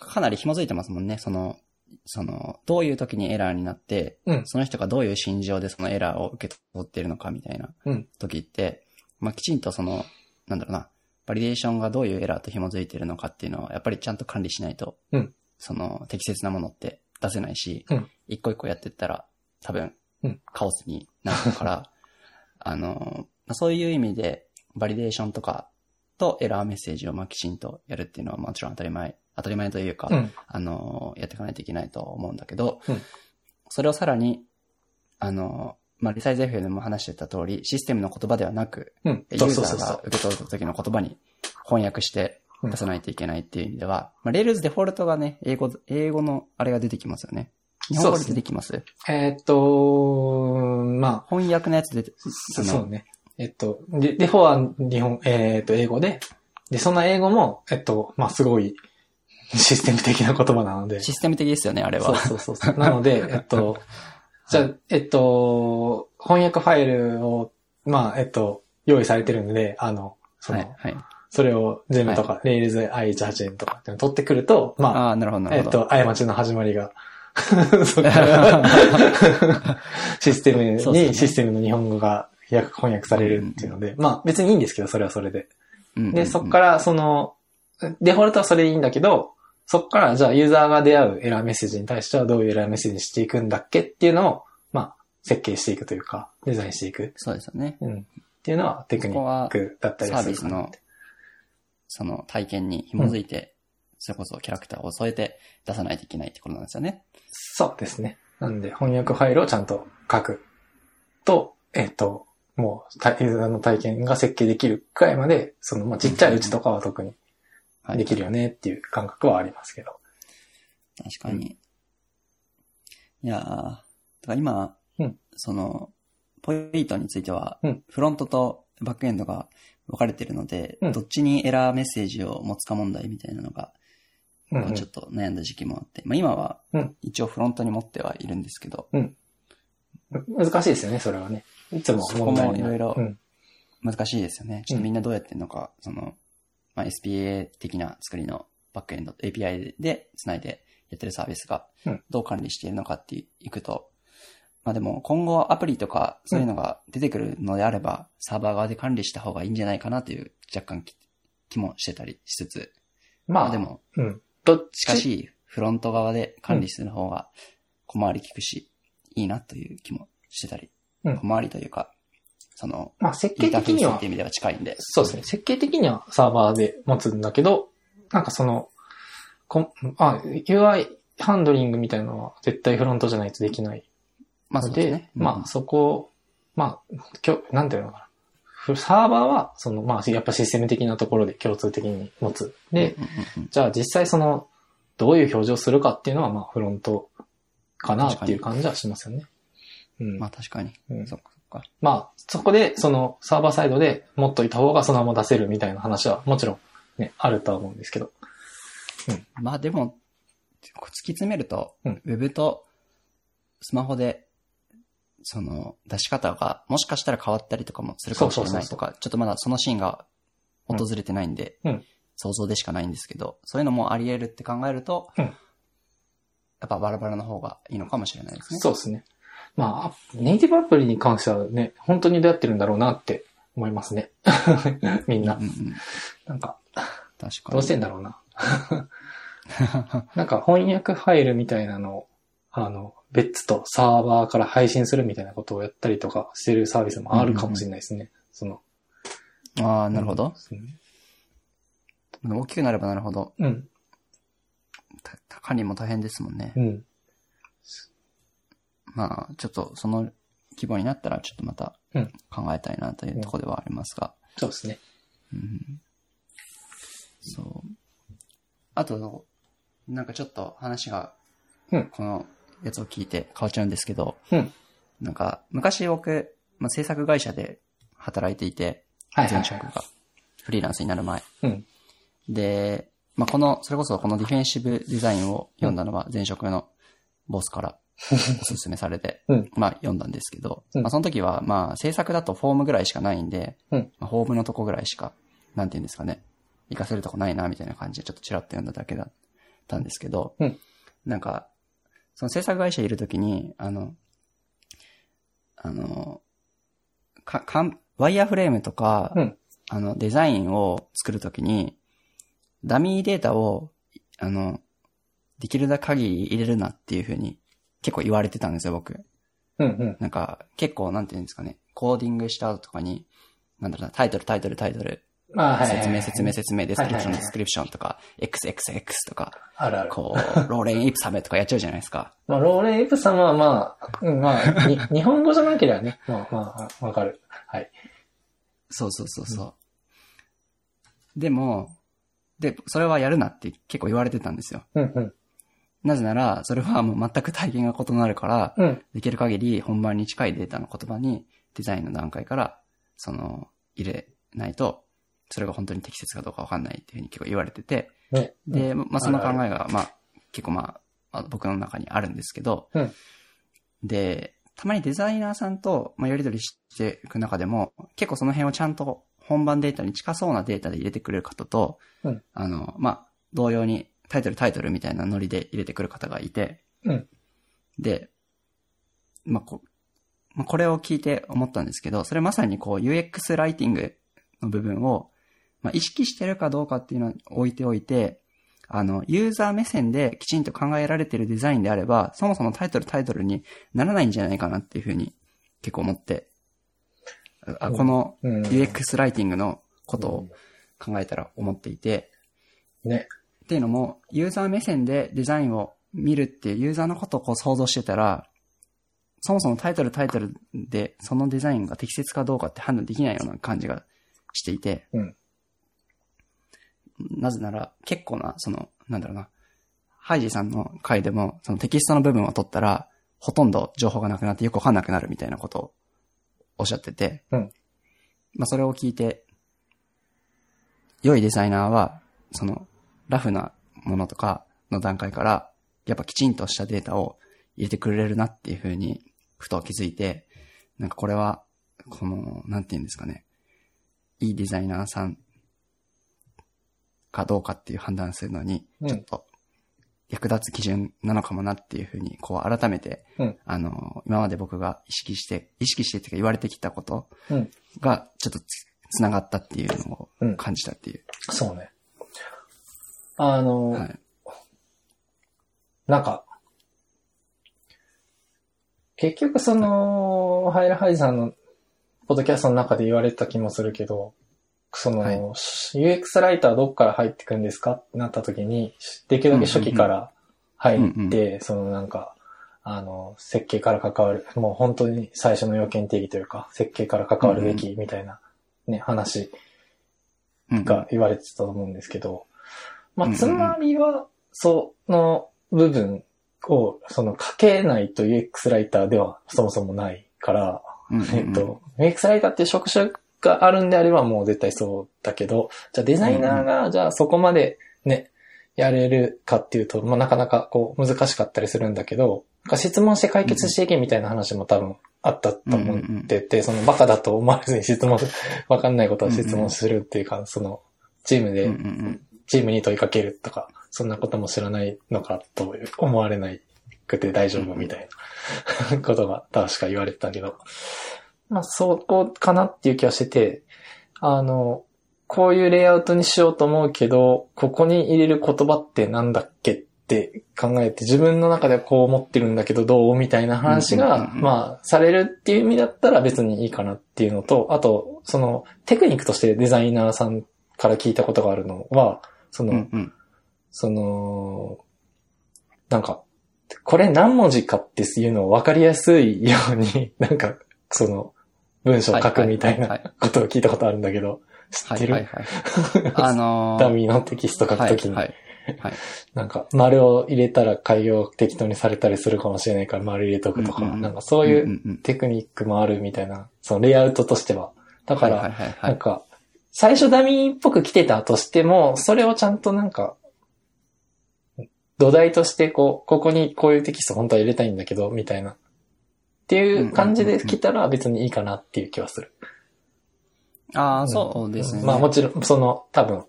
かなり紐づいてますもんね。その、その、どういう時にエラーになって、うんその人がどういう心情でそのエラーを受け取っているのかみたいなうん時って、まあ、きちんとその、なんだろうな、バリデーションがどういうエラーと紐づいているのかっていうのは、やっぱりちゃんと管理しないと、うんその、適切なものって出せないし、うん一個一個やってったら、多分うん、カオスになるから、 あの、まあそういう意味で、バリデーションとかとエラーメッセージをまあきちんとやるっていうのはもちろん当たり前、当たり前というか、うん。あの、やっていかないといけないと思うんだけど、うんそれをさらに、あの、まあ、リサイズ FM でも話してた通り、システムの言葉ではなく、うん。ユそうーそうそザうーそが受け取った時の言葉に翻訳してうん出さないといけないっていう意味では、まあ、レールズデフォルトがね、英語、英語のあれが出てきますよね。日本語で出てきます。う。えーっと、まあ、翻訳のやつ出て、そそうね。えっと、デデフォは日本、えーっと、英語で、で、その英語も、えっと、まあ、すごいシステム的な言葉なので。システム的ですよね、あれそうは。そうそうそう。なの で、えっと、じゃあ、えっと、翻訳ファイルを、まあ、えっと、用意されてるんで、あの、そはの、い。はい。それを全部とか、レイルズ i180 とかっていうのを取ってくると、まあ、ああー、なるほど、なえるっほど。と、過ちの始まり が、そっからシステムそうですに、ね、システムの日本語が訳翻訳されるっていうので、まあ別にいいんですけど、それはそれで。で、そっからら、その、デフォルトはそれでいいんだけど、そっから、じゃあ、ユーザーが出会うエラーメッセージに対してはどういうエラーメッセージにしていくんだっけっていうのを、まあ、設計していくというか、デザインしていく。そうですよね。うん。っていうのはテクニックだったりサはすービるスかなの、その体験に紐づいて、それこそキャラクターを添えて出さないといけないってことなんですよね。そうですね。なんで、翻訳ファイルをちゃんと書くと、えっ、と、もう、たユーザーの体験が設計できるくらいまで、その、まあ、ちっちゃいうちとかは特にはい。できるよねっていう感覚はありますけど。確かに。いやーだから今、うんその、ポイントについては、うんフロントとバックエンドが分かれてるので、うんどっちにエラーメッセージを持つか問題みたいなのが、うん、うんちょっと悩んだ時期もあって、まあ今はうん、一応フロントに持ってはいるんですけど、難しいですよね、それはね。いつも問題になる。そこも色々うん難しいですよね。ちょっとみんなどうやってんのか、その、まあ、SPA 的な作りのバックエンド、API で繋いでやってるサービスがうん、どう管理しているのかっていくと、まあでも今後アプリとかそういうのが出てくるのであれば、サーバー側で管理した方がいいんじゃないかなという若干き気もしてたりしつつ、ままああ、でも、うん。どっしかし、フロント側で管理する方が小回り利くし、いいなという気もしてたり、うん小回りというか、その、まあ設イ計ンター的フェにースっはていう、意味では近いんで。そうですね。設計的にはサーバーで持つんだけど、なんかその、こんあ、UI ハンドリングみたいなのは絶対フロントじゃないとできないまあそのうで、ですね。うんまあそこを、まあ、今日、なんていうのかなふ。サーバーは、その、まあ、やっぱシステム的なところで共通的に持つ。で、うんうんうんじゃあ実際その、どういう表情するかっていうのは、まあ、フロントかなっていう感じはしますよね。うん。まあ確かに。うんそっかそっか。まあ、そこで、その、サーバーサイドで持っといた方がそのまま出せるみたいな話は、もちろん、ね、あるとは思うんですけど。まあでも、突き詰めると、うウんェブとスマホで、その出し方がもしかしたら変わったりとかもするかもしれそうないそうそとうか、ちょっとまだそのシーンが訪れてないんで、うんうん想像でしかないんですけど、そういうのもあり得るって考えると、うんやっぱバラバラの方がいいのかもしれないですね。そうですね。まあ、ネイティブアプリに関してはね、本当にどうやってるんだろうなって思いますね。 みんなう。んうん、なんか、確かに。どうしてんだろうな。なんか、翻訳ファイルみたいなのを、あの、別とサーバーから配信するみたいなことをやったりとかしてるサービスもあるかもしれないですね。その、 ああ、なるほど。そうね大きくなればなるほど、うん。た管理も大変ですもんね。うん。まあ、ちょっとその規模になったら、ちょっとまたうん考えたいなというところではありますが。そうですね。うんそう。あと、なんかちょっと話がうん、このやつを聞いて変わっちゃうんですけど、うんなんか昔僕、まあ、制作会社で働いていて、はいはい、前は職い。がフリーランスになる前。うん。で、まあ、この、それこそこのディフェンシブデザインを読んだのは前職のボ スからおすすめされて、うんまあ読んだんですけど、うんまあその時はまあ制作だとフォームぐらいしかないんで、うんまあ、フォームのとこぐらいしか、なんていうんですかね、活かせるとこないなみたいな感じでちょっとチラッと読んだだけだったんですけど、うんなんか、その制作会社いる時に、あの、あの、か、かん、ワイヤーフレームとか、うんあの、デザインを作るときに、ダミーデータを、あの、できるだけ限り入れるなっていうふうに結構言われてたんですよ、僕。うんうん。なんか、結構、なんていうんですかね、コーディングした後とかに、なんだろうな、タイトル、タイトル、タイトル、まあ、はいはいはい説明、説明、説明、デスクリプション、はいはいはいデスクリプションとか、XXX とか、あるある。こう、ローレン・イプサメとかやっちゃうじゃないですか。まあ、ローレン・エプ様はまあ、うんまあ、に 日本語じゃなければね、まあまあ、わかる。はい。そうそうそうそう。でも、で、それはやるなって結構言われてたんですよ。うんうん。なぜなら、それはもう全く体験が異なるから、うん。できる限り本番に近いデータの言葉にデザインの段階から、その、入れないとそれが本当に適切かどうかわかんないっていうふうに結構言われてて、ね。で、まあ、その考あるえが、まあ、結構まあ、あ僕の中にあるんですけど、うんで、たまにデザイナーさんと、まあ、やり取りしていく中でも、結構その辺をちゃんと本番データに近そうなデータで入れてくれる方と、うんあの、まあ、同様にタイトルタイトルみたいなノリで入れてくる方がいて、うんで、まあ、こまあ、これを聞いて思ったんですけど、それまさにこう UX ライティングの部分を、まあ、意識してるかどうかっていうのは置いておいて、あの、ユーザー目線できちんと考えられてるデザインであれば、そもそもタイトルタイトルにならないんじゃないかなっていうふうに結構思って、あこのうん UX ライティングのことを考えたら思っていて、ね。っていうのも、ユーザー目線でデザインを見るっていうユーザーのことをこう想像してたら、そもそもタイトルタイトルでそのデザインが適切かどうかって判断できないような感じがしていて、うんなぜなら結構な、その、なんだろうな、ハイジさんの回でもそのテキストの部分を取ったら、ほとんど情報がなくなってよくわかんなくなるみたいなことをおっしゃってて、うんまあそれを聞いて、良いデザイナーは、その、ラフなものとかの段階から、やっぱきちんとしたデータを入れてくれるなっていうふうに、ふと気づいて、なんかこれは、この、なんて言うんですかね、いいデザイナーさんかどうかっていう判断するのに、うんちょっと役立つ基準なのかもなっていうふうに、こう改めて、うんあの、今まで僕が意識して、意識してっていうか言われてきたことうんが、ちょっとつつながったっていうのうをん感じたっていう。そうね。あの、はい。なんか、結局その、ハイラハイジさんの、ポッドキャストの中で言われてた気もするけど、その、はい UX ライターどっから入ってくんですかってなった時に、できるだけ初期から入って、うんそのなんか、あの、設計から関わる、もう本当に最初の要件定義というか、設計から関わるべきみたいな、ね、話うんが言われてたと思うんですけど、まあ、うんうんつまりは、その部分を、その書けないと UX ライターではそもそもないから、うんうんうんえっと、UX ライターっていう職種があるんであればもう絶対そうだけど、じゃあデザイナーが、じゃあそこまでね、やれるかっていうと、まあ、なかなかこう難しかったりするんだけど、なんか質問して解決していけみたいな話も多分あったと思ってて、そのバカだと思われずに質問、わかんないことは質問するっていうか、その、チームうんでう、んチームに問いかけるとか、そんなことも知らないのかと思われないくて大丈夫みたいな ことが確か言われてたけど、まあ、そこかなっていう気はしてて、あの、こういうレイアウトにしようと思うけど、ここに入れる言葉ってなんだっけって考えて、自分の中ではこう思ってるんだけどどうみたいな話うんうんが、うんうんまあ、されるっていう意味だったら別にいいかなっていうのと、あと、その、テクニックとしてデザイナーさんから聞いたことがあるのは、そうん。の、うんうんその、なんか、これ何文字かっていうのを分かりやすいように、 なんか、その、文章を書くみたいはなはことを聞いたことあるんだけど、知はっいてはいるはい はい。あのー、ダミーのテキスト書くときには、いはいはい。なんか、丸を入れたら改行適当にされたりするかもしれないから丸入れとくとうんうんか、うんなんかそういんううんうんテクニックもあるみたいな、そのレイアウトとしては。だかはらい、はいはいなんか、最初ダミーっぽく来てたとしても、それをちゃんとなんか、土台としてこう、ここにこういうテキスト本当は入れたいんだけど、みたいな。っていう感じで来たら別にいいかなっていう気はする。ああ、そうですね。まあもちろん、その、多分、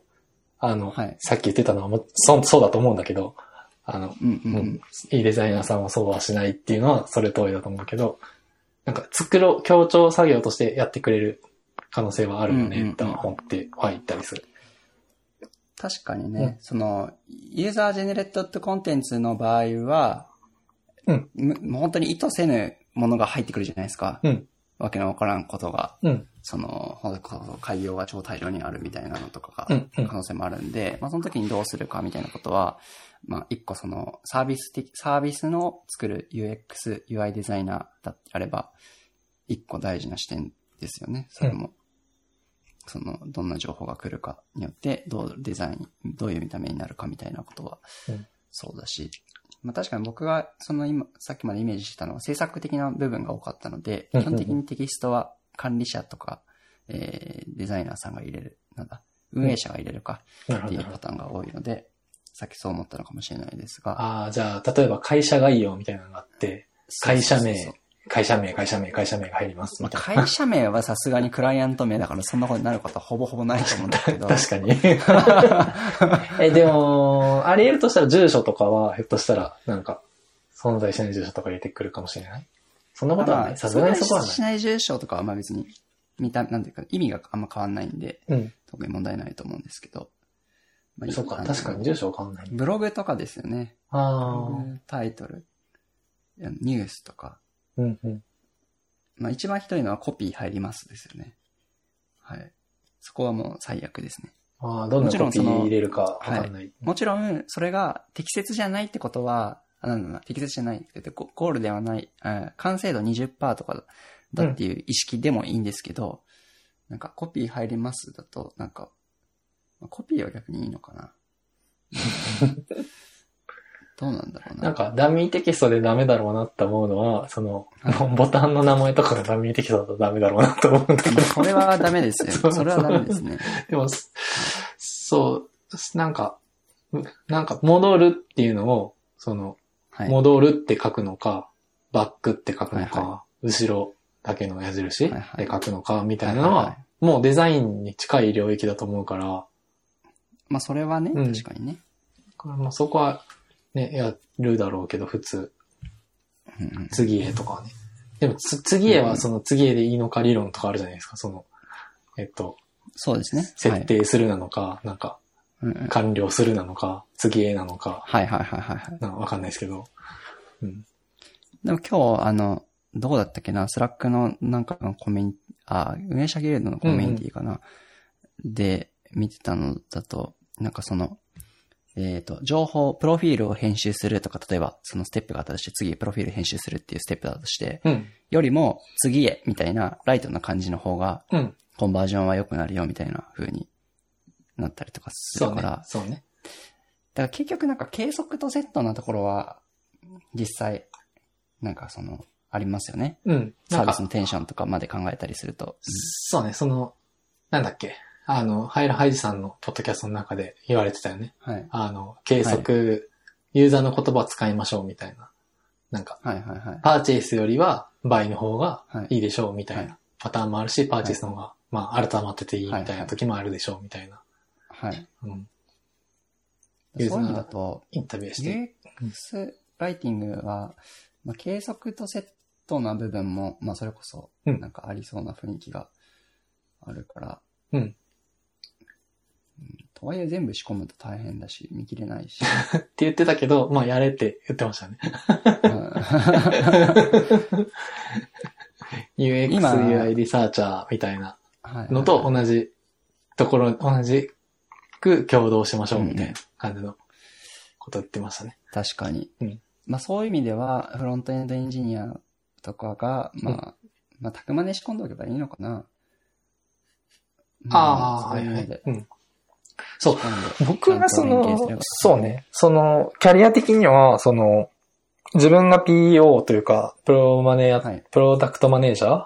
あの、はいさっき言ってたのはもそ、そうだと思うんだけど、あの、うんうんうん。いいデザイナーさんはそうはしないっていうのはそれ通りだと思うけど、なんか作ろう、協調作業としてやってくれる可能性はあるようんうんうねん、とは思ってはいったりする。確かにうねん、その、ユーザージェネレートってコンテンツの場合は、うんむもう本当に意図せぬものが入ってくるじゃないですか。うんわけのわからんことが、うん。その、ほんと海洋が超大量にあるみたいなのとかうがんうん可能性もあるんで、まあその時にどうするかみたいなことは、まあ一個そのサービス的、サービスの作る UX、UI デザイナーだってあれば、一個大事な視点ですよね、それも。その、どんな情報が来るかによって、どうデザイン、どういう見た目になるかみたいなことはうん、そうだし、まあ確かに僕が、その今、さっきまでイメージしてたのは制作的な部分が多かったので、うん基本的にテキストは管理者とか、えーデザイナーさんが入れる、なんだ、運営者が入れるかなるっほてどいう。パターンが多いので、さっきそう思ったのかもしれないですが。ああ、じゃあ、例えば会社概要みたいなのがあって、会社そうそう名そうそう、会社名、会社名、会社名が入ります、まみあたい会社名はさすがにクライアント名だからそんなことになることはほぼほぼないと思うんだけどな。。 確かに。え、でも、あり得るとしたら住所とかは、ひょっとしたら、なんか、存在しない住所とか入れてくるかもしれないそんなことはまない。あさすがにそこはしない。ない住所とかはまあ別に、見た、なんていうか意味があんま変わんないんで、うん。特に問題ないと思うんですけど。まあそうか、確かに。住所わかんない。ブログとかですよね。ブあログタイトル、ニュースとか。あ、うんうん。まあ一番ひどいのはコピー入りますですよね。はい。そこはもう最悪ですね。ああ、どんなコピー入れるかわかんない。もちろん、それが適切じゃないってことは、あなんだろうな適切じゃないって言ってゴゴールではない、うん完成度20%とかだっていう意識でもいいんですけど、なんかコピー入りますだと、なんか、まあコピーは逆にいい のかな。どうなんだろうな。なんか、ダミーテキストでダメだろうなって思うのは、その、ボタンの名前とかがダミーテキストだとダメだろうなと思うんだけど。それはダ メですそよ。うそれはダメですね。でも、すそうす、なんか、うなんか、戻るっていうのを、その、はい。は戻るって書くのか、バックって書くのはいか、後ろだけの矢印はいではい書くのか、みたいいはないのはは、もうデザインに近い領域だと思うから、いまあそれはね、うん確かにね。これもそこは、ね、やるだろうけど、普通、うんうん次へとかはね。でもつ、次へはその次へでいいのか理論とかあるじゃないですか、その、えっと、そうですね。設定するなのか、なんか、はい。うんうん完了するなのか、次へなのか、はいはいはいはいはい。なんかわかんないですけど。うん。でも今日、あの、どこだったっけな、スラックのなんかのコミュニあ、運営者ギルドのコミュニティかな、で、見てたのだと、なんかその、えっ、と、情報、プロフィールを編集するとか、例えば、そのステップがあったとして、次、プロフィール編集するっていうステップだとして、うん。よりも、次へ、みたいな、ライトな感じの方が、うん。コンバージョンは良くなるよ、みたいな風になったりとかすそるうかねら、。そうね。だから結局なんか計測とセットなところは、実際、なんかその、ありますよね。うん。サなーんビかス、のテンションとかまで考えたりすると。そうね、その、なんだっけ。あの、ハイラハイジさんのポッドキャストの中で言われてたよね。はい。あの、計測、ユーザーの言葉使いましょうみたいな。なんか、はいはいはい。パーチェイスよりは倍の方がはいいいでしょうみたいはなパターンもあるし、パーチェイスの方が、まあ、改まってていいみはたいいなはい時もあるでしょうみたいな。はい。うん。ユーザそーういうのだと、インタビューして。 UX ライティングは、まあ、計測とセットな部分も、まあそれこそ、うんなんかありそうな雰囲気があるから。うんうんとはいえ全部仕込むと大変だし、見切れない し。って言ってたけど、まあ、やれって言ってましたね。UX、 今 UI リサーチャーみたいなののと同じところ、同じく共同しましょうみたいな感じのこと言ってましたね。確かに。うんまあそういう意味では、フロントエンドエンジニアとかが、まあ、まあ、たくまで仕込んでおけばいいのかな。ああ、はうんそういいうはのでい。うん。そう。僕僕はがそそのの、そうね、その、キャリア的には、その、自分が PO というか、プロマネや、はいプロダクトマネージャー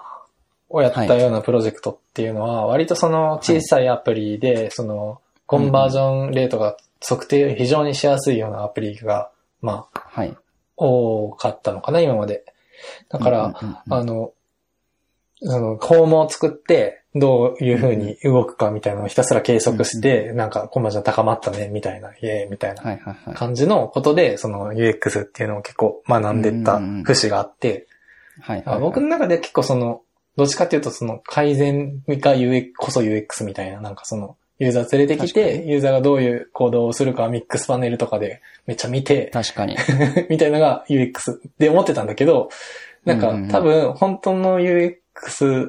をやったようなプロジェクトっていうのは、割とその小さいアプリで、その、コンバージョンレートが測定非常にしやすいようなアプリが、まあ、はい。多かったのかな、今まで。だから、うんうんうんあの、その、フォームを作って、どういう風に動くかみたいなのをひたすら計測して、なんか、コンバージョン高まったね、みたいな、イェーイみたいなはいはいはい。感じのことで、その UX っていうのを結構学んでったうんうんうん節があって、はいあ僕の中で結構その、どっちかっていうとその改善が UX こそ UX みたいな、なんかその、ユーザー連れてき確かて、ユーザーがどういう行動をするか、ミックスパネルとかでめっちゃ見て、 確かに。みたいなのが UX で思ってたんだけど、なんかうんうんうん多分本当の UX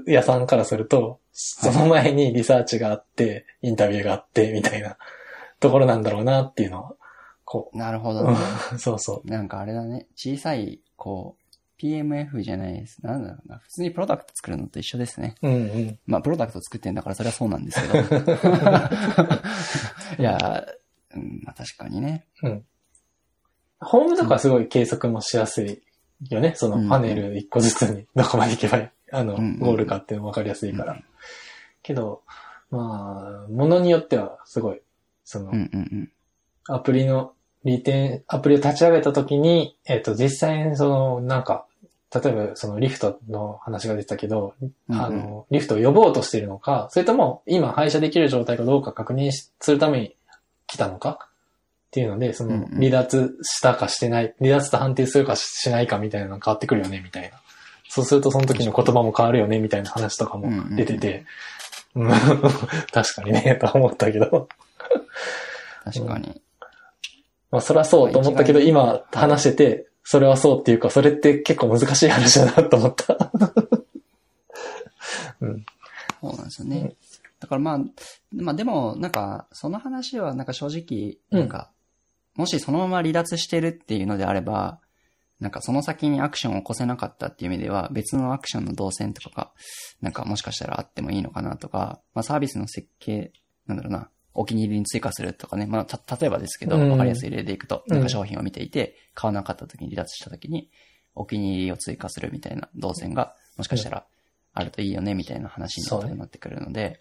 屋さんからすると、その前にリサーチがあって、インタビューがあって、みたいなところなんだろうなっていうのは、こなるほう、どね。そう そなんかあれだね。小さい、こう、PMF じゃないです。なんだろうな。普通にプロダクト作るのと一緒ですね。う。うんうん。まあ、プロダクト作ってんだから、それはそうな んですけど。いや、うん、まあ確かにね。ホームとかすごい計測もしやすいよね。そのパネル一個ずつにどこまで行けば、あのうんうん、ゴールかっていうのもわかりやすいかうら。けど、まあ、ものによってはすごい、そのう、んうんアプリの利点、アプリを立ち上げたときに、えっ、と、実際にその、なんか、例えばそのリフトの話が出てたけど、うん。あうんうん、の、リフトを呼ぼうとしているのか、それとも今廃車できる状態かどうか確認しするために来たのかっていうので、そうんのうん離脱したかしてない、離脱と判定するかししないかみたいなのが変わってくるよね、みたいな。そうするとその時の言葉も変わるよね、みたいな話とかも出てて、うん 確かにね、と思ったけど。確かに。まあ、それはそうと思ったけど、一概に今話してて、それはそうっていうか、それって結構難しい話だなと思った。そうなんですよね。だからまあ、まあでも、なんか、その話はなんか正直、うんなんか、もしそのまま離脱してるっていうのであれば、なんかその先にアクションを起こせなかったっていう意味では、別のアクションの動線とかが、なんかもしかしたらあってもいいのかなとか、まあサービスの設計、なんだろうな、お気に入りに追加するとかね、まあた、例えばですけど、うんわかりやすい例でいくと、うんなんか商品を見ていて、買わなかった時に離脱した時に、お気に入りを追加するみたいな動線が、もしかしたらあるといいよね、みたいな話に多分なってくるので、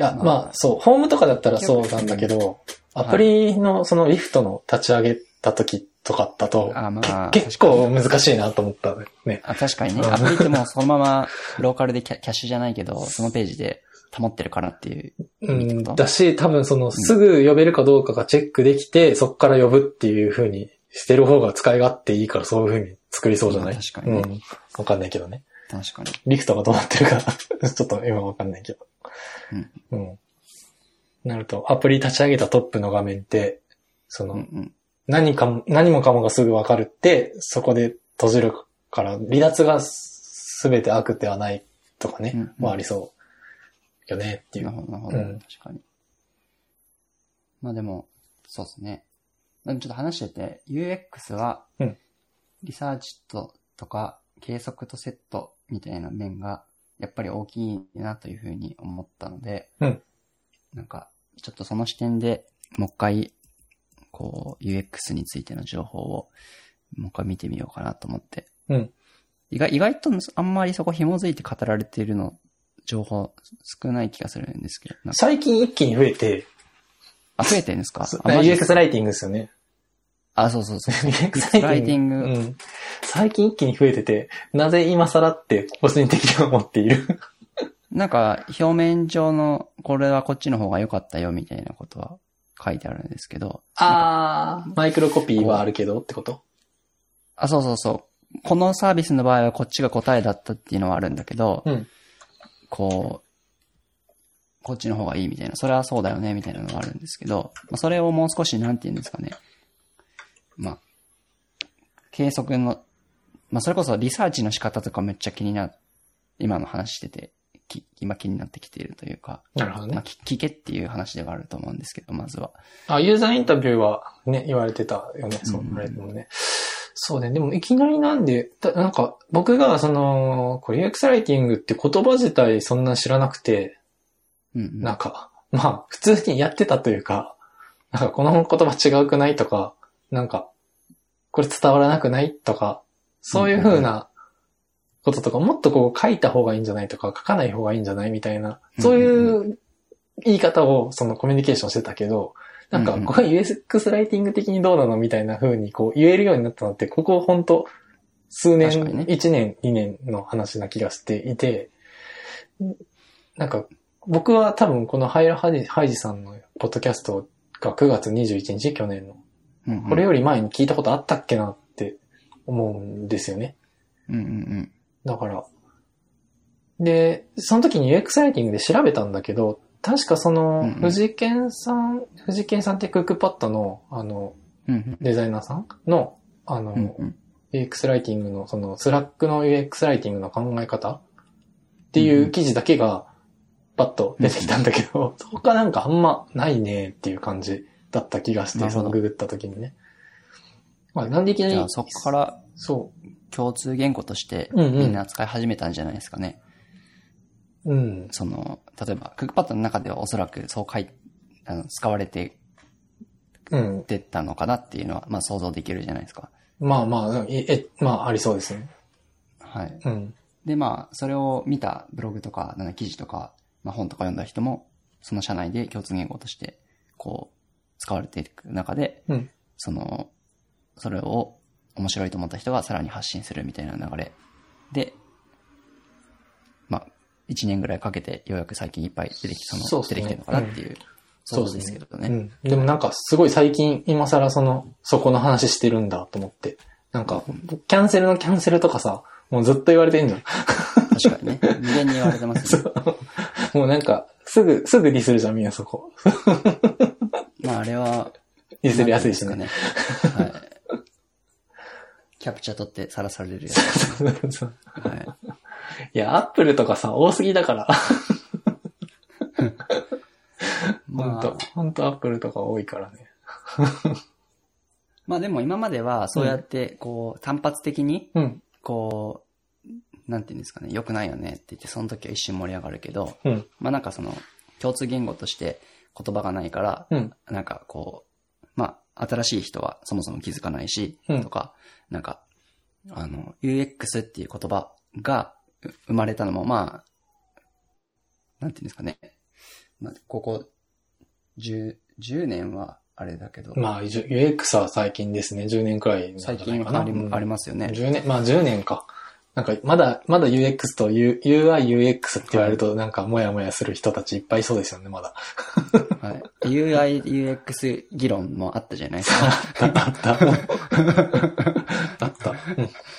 いや、まあまあ、そう、ホームとかだったらそうなんだけど、アプリのそのリフトの立ち上げた時とかだと、あまあけ結構難しいなと思ったね。あ確かにね、うんアプリってもうそのまま ローカルでキャキャッシュじゃないけど、そのページで保ってるからっていう。ういいってん、ことだし、多分そのすぐ呼べるかどうかがチェックできて、そこから呼ぶっていう風にしてる方が使い勝手いいからそういう風に作りそうじゃないまあ確かにねうん。わかんないけどね。確かに。リフトがどうなってるか、 ちょっと今わかんないけど。うん。うん。なると、アプリ立ち上げたトップの画面って、その、うんうん。何かも、何もかもがすぐわかるって、そこで閉じるから、離脱がすべて悪ではないとかね、うんうんまあありそうよねっていなるう。ほど、なるほど。うん確かに。まあでも、そうですね。でもちょっと話してて、UX はうん、リサーチととか、計測とセットみたいな面が、やっぱり大きいなというふうに思ったので、うんなんか、ちょっとその視点でもう一回、こう、UX についての情報を、もう一回見てみようかなと思って。うん意外、意外とあんまりそこ紐づいて語られているの、情報少ない気がするんですけど。なんか最近一気に増えて、あ、増えてるんですかそあマジです UX ライティングですよね。あ、そうそうそう。 UX ライティングうん。最近一気に増えてて、なぜ今更って個人的には思っている。なんか、表面上の、これはこっちの方が良かったよ、みたいなことは書いてあるんですけど。あ ー。マイクロコピーはあるけどってことあ、そうそうそう。このサービスの場合はこっちが答えだったっていうのはあるんだけど、うん。こう、こっちの方がいいみたいな、それはそうだよね、みたいなのがあるんですけど、まあ、それをもう少し、なんて言うんですかね。まあ、計測の、まあ、それこそリサーチの仕方とかめっちゃ気にな、今の話してて、き今気になってきているというか、なるほどまあ、ね。き聞けっていう話ではあると思うんですけど、まずは。あ、ユーザーインタビューはね、言われてたよね。そう、うんあれでもね。そうね。でも、いきなりなんで、たなんか、僕が、その、これ UX ライティングって言葉自体そんな知らなくて、うん、うん。なんか、まあ、普通にやってたというか、なんか、この言葉違うくないとか、なんか、これ伝わらなくないとか、そういうふうなこととか、もっとこう書いた方がいいんじゃないとか、書かない方がいいんじゃないみたいな、そういう言い方をそのコミュニケーションしてたけど、なんか、うんうんこれ UX ライティング的にどうなのみたいな風にこう言えるようになったのって、ここほんと数年、確かにね1年、2年の話な気がしていて、なんか、僕は多分このハイラハジハイジさんのポッドキャストが9月21日、去年の。うんうんこれより前に聞いたことあったっけなって思うんですよね。うんうんうん。だから。で、その時に UX ライティングで調べたんだけど、確かそうんうのん、藤健さん、藤健さんってクックパッドの、あの、うんデザイナーさんの、あの、うん。うんうん。 UX ライティングの、その、スラックの UX ライティングの考え方っていう記事だけが、パッと出てきたんだけど、 そこがなんかあんまないねっていう感じだった気がして、なるほそどのググった時にね。まあ、なんでいきなじりゃあ、、そこからそ共通言語として、うんうんみんな使い始めたんじゃないですかね。う、うん、その、例えば、クックパッドの中ではおそらくそう書い、あの、使われてうん。出たのかなっていうのは、まあ想像できるじゃないですか。まあまあ、え、えまあ、ありそうですね。はい。うん。で、まあ、それを見たブログとか、なんだ記事とか、まあ本とか読んだ人も、その社内で共通言語として、こう、使われていく中で、うんその、それを面白いと思った人がさらに発信するみたいな流れで、まあ、1年ぐらいかけてようやく最近いっぱい出てき、その、そうっすね出てきてるのかなっていう、そうっですけどね。うん。でもなんかすごい最近、今更その、そこの話してるんだと思って。なんか、キャンセルのキャンセルとかさ、もうずっと言われてんじゃん。確かにね。無限に言われてますそね。うもうなんか、すぐ、すぐディスるじゃん、みんなそこ。まあ、あれ は、ディスりやすいしなんね。ていうんですかね。はい。キャプチャー取ってさらされるやつ。そうはい。いや、アップルとかさ、多すぎだから。ま 本当あ、本当アップルとか多いからね。まあでも今まではそうやって、こう、単発的に、うん。こう、なんていうんですかね、良くないよねって言って、その時は一瞬盛り上がるけど、うん。まあなんかその、共通言語として言葉がないから、うん。なんかこう、まあ、新しい人はそもそも気づかないし、うんとか、なんか、あの、UX っていう言葉がう生まれたのも、まあ、なんていうんですかね。まあ、ここ、10、10年はあれだけど、まあ、じゅ UX は最近ですね。10年くらいなんじゃ最ない近かな。あり,、うんありますよね。 10年、まあ10年か。なんか、まだ、まだ UX と U- UI、UX って言われると、なんか、もやもやする人たちいっぱいいそうですよね、まだ。はい、UI、UX 議論もあったじゃな いですか。あった。 あった。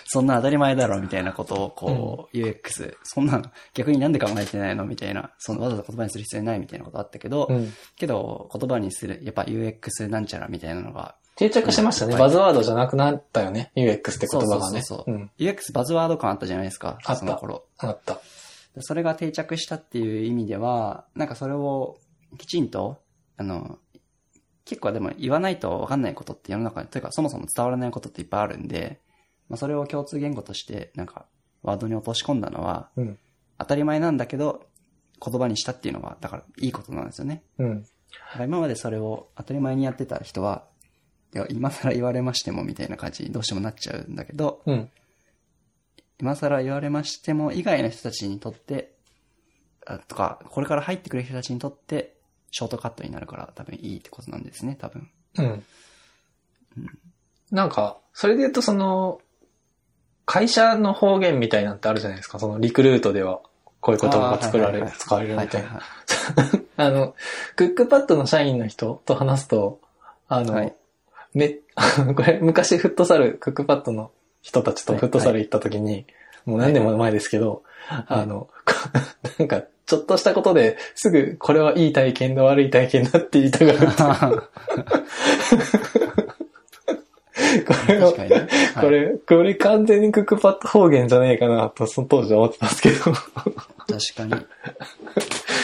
そんな当たり前だろみたいなことを、こう、UX、そんな、逆になんで考えてないのみたいな、そのわざわざ言葉にする必要ないみたいなことあったけど、うん。けど、言葉にする、やっぱ UX なんちゃらみたいなのが、定着しましたね。はいバズワードじゃなくなったよね。UX って言葉がね。そうそうそうそうん。 UX バズワード感あったじゃないですか、あったその頃。あった。それが定着したっていう意味では、なんかそれをきちんと、あの、結構でも言わないと分かんないことって世の中に、というかそもそも伝わらないことっていっぱいあるんで、まあそれを共通言語として、なんか、ワードに落とし込んだのは、うん当たり前なんだけど、言葉にしたっていうのが、だからいいことなんですよね。うん。だから今までそれを当たり前にやってた人は、いや、今更言われましてもみたいな感じにどうしてもなっちゃうんだけど、うん。今更言われましても以外の人たちにとって、あとか、これから入ってくる人たちにとって、ショートカットになるから多分いいってことなんですね、多分。うん。なんか、それで言うとその、会社の方言みたいなんてあるじゃないですか。そのリクルートでは、こういう言葉が作られあーはいる使われるはいは、いはいみたはいいな。はい。あの、クックパッドの社員の人と話すと、あの、はいめ、 これ昔フットサル、クックパッドの人たちとはいフットサル行った時に、もう何年も前ですけど、いあの、 なんか、ちょっとしたことですぐ、これはいい体験だ、悪い体験だって言いたがる。 これを確かにね。はい これ、これ完全にクックパッド方言じゃねえかなと、その当時は思ってたんですけど、 確かに。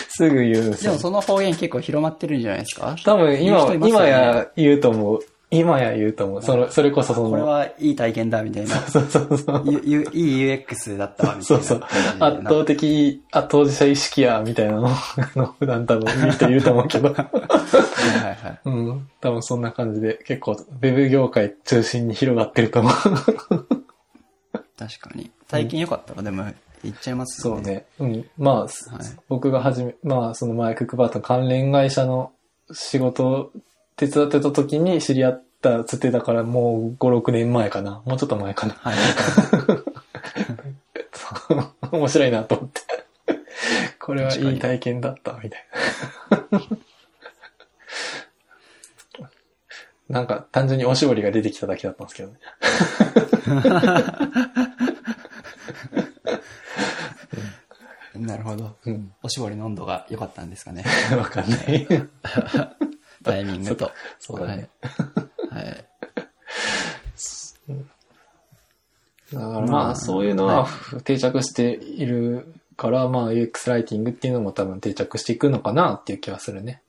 すぐ言うんですでよも。その方言結構広まってるんじゃないですか多分今、言う人いますよ今ねや言うと思う。今や言うと思う。その、それこそその、これはいい体験だみたいな。 そうそうそう。ゆゆいい UX だったわみたそいなうそう感じで。なん圧か倒的、あ当事者意識や、みたいなの を、あの普段多分見て言うと思うけ ど。はいはいはい。うん。多分そんな感じで、結構、ウェブ業界中心に広がってると思う。確かに。体験良かったら、でも、行っちゃいま すそようね。。ね。うん。まあ、僕が始め、まあ、その前、クックバートの関連会社の仕事を手伝ってた時に知り合ったつってだからもう5、6年前かな。もうちょっと前かな。はい。 そう 面白いなと思って。これはいい体験だった、みたい な。なんか、単純におしぼりが出てきただけだったんですけどね。なるほど。うん。 おしぼりの温度が良かったんですかね。わかんない。タイミングと。 そうだね。はい。はい。だからままああ、そういうのはは定着しているから、まあ、UX ライティングっていうのも多分定着していくのかなっていう気はするね。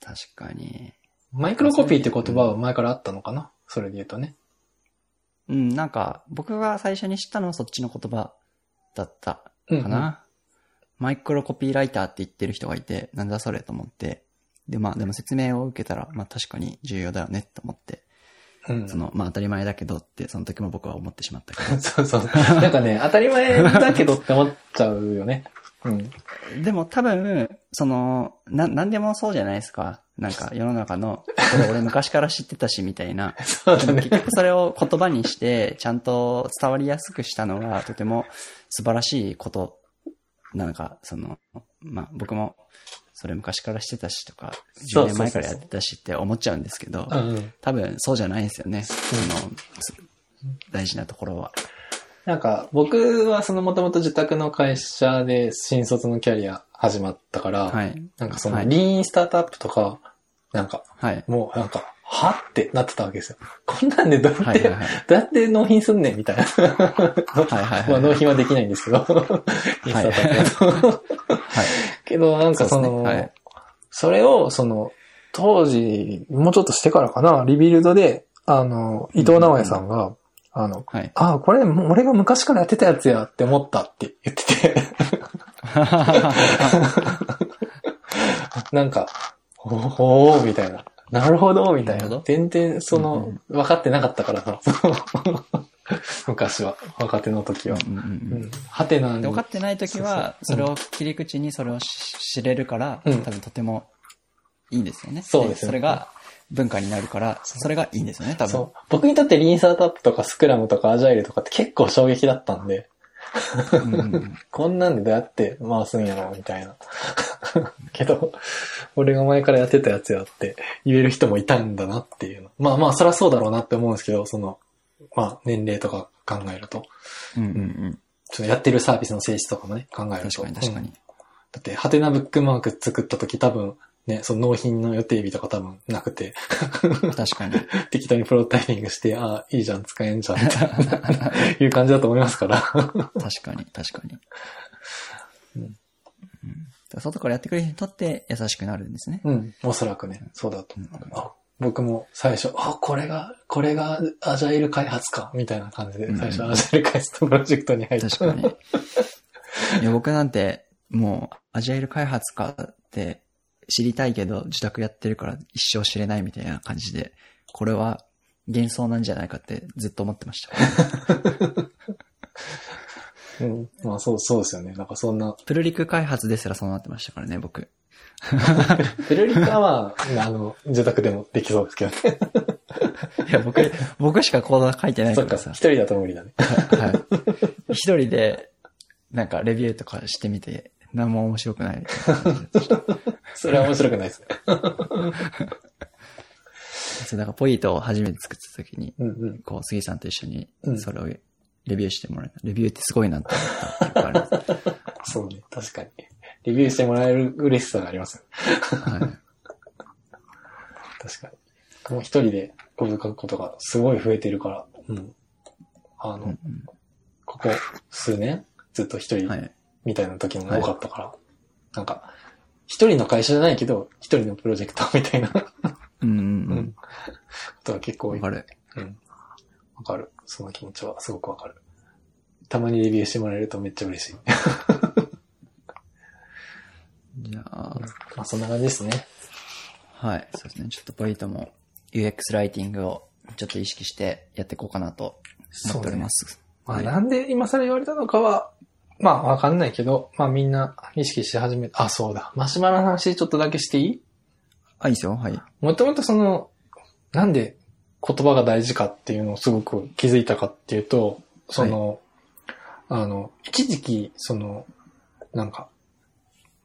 確かに。マイクロコピーって言葉は前からあったのかなそれで言うとね。うん、なんか、僕が最初に知ったのはそっちの言葉だったうん。かな。マイクロコピーライターって言ってる人がいて、なんだそれと思って。で、まあ、でも説明を受けたら、まあ確かに重要だよねと思って、うん。その、まあ当たり前だけどって、その時も僕は思ってしまったけ ど。そうそう。 なんかね、当たり前だけどって思っちゃうよね。うん。 でも多分、その、な、なんでもそうじゃないですか。なんか世の中の、これ俺昔から知ってたしみたいな。そうだね結。局 それを言葉にして、ちゃんと伝わりやすくしたのが、とても素晴らしいこと。なんか、その、まあ僕も、それ昔からしてたしとか、そうそうそ10う年前からやってたしって思っちゃうんですけどう、ん。多分そうじゃないですよね。その、大事なところは。なんか、僕はそのもともと自宅の会社で新卒のキャリア始まったから、はい。なんかそのはいリーンスタートアップとか、なんか、 はい。もうなんか、はってなってたわけですよ。こんなんでどうやって、はいはいはい。どうやって納品すんねんみたいな。はいはいはいまあ納品はできないんですけ ど。リーンスタートアップだとはい。けどなんかその、そうですねはいそれをその、当時、もうちょっとしてからかな、リビルドで、あの、伊藤直也さんが、あの、はい。ああ、これ、もう俺が昔からやってたやつやって思ったって言ってて、 なんか、おーおーみたいな。なるほど、みたいなるほなど。全然、そうんの、分かってなかったからさ、 その昔は、若手の時は。うんうんううんん。はてなでに分かってない時は、それを切り口にそれをし知れるから、うん多分とてもいいんですよね。そうですねそれが文化になるから、それがいいんですよね、多分。そう。僕にとってリーンスタートアップとかスクラムとかアジャイルとかって結構衝撃だったんで、うんうんうんこんなんでどうやって回すんやろみたいな。 けど、俺が前からやってたやつやって言える人もいたんだなっていうの。まあまあ、そりゃそうだろうなって思うんですけど、その、まあ、年齢とか考えると、うんうんうん。ちょっとやってるサービスの性質とかもね、考えると。確かに確かうにん。だって、ハテナブックマーク作った時多分、ね、その納品の予定日とか多分なくて、確かに。適当にプロトタイピングして、ああ、いいじゃん、使えんじゃん、みたい ないう感じだと思いますから。確かに、確かに。うんうん外からやってくれる人にとって優しくなるんですね。うん、おそらくね、そうだと思ううんあ僕も最初、あ、これが、これがアジャイル開発か、みたいな感じで、最初うんアジャイル開発プロジェクトに入った。確か に。いや、僕なんて、もう、アジャイル開発かって知りたいけど、自宅やってるから一生知れないみたいな感じで、これは幻想なんじゃないかってずっと思ってま した。うん、まあそう、そうですよね。なんかそんな、プルリク開発ですらそうなってましたからね、僕。プルリカは、あの、自宅でもできそうですけどね。いや、僕、僕しかコードは書いてないそかっから一さ。人だと無理だね。はい。一人で、なんかレビューとかしてみて、何も面白くないみたいな感じだ った。それは面白くないですね。そう、なんかポイートを初めて作った時に、うんうん。こう、杉さんと一緒にう、んそれをレビューしてもらえた。レビューってすごいなって思ったっていうかあれですそうね、確かに。レビューしてもらえる嬉しさがありますよね。 はい確かに。もう一人でコード書くことがすごい増えてるから、うん。あうんの、ここ数年、ずっと一うん人はい。みたいな時も多かったから、なんか、一人の会社じゃないけど、一人のプロジェクトみたいなこうんうんとは結構うん。多わい。かる。うん。わかる。その気持ちはすごくわかる。たまにレビューしてもらえるとめっちゃ嬉しい。じゃあ、 まあそんな感じですね。はい。そうですね。ちょっとポイートも UX ライティングをちょっと意識してやっていこうかなと思っております。まあはいなんで今更言われたのかは、まあわかんないけど、まあみんな意識し始めあ、そうだ。マシュマロの話ちょっとだけしていいあ、いいですよ。はい。もともとその、なんで言葉が大事かっていうのをすごく気づいたかっていうと、その、あの、一時期、その、なんか、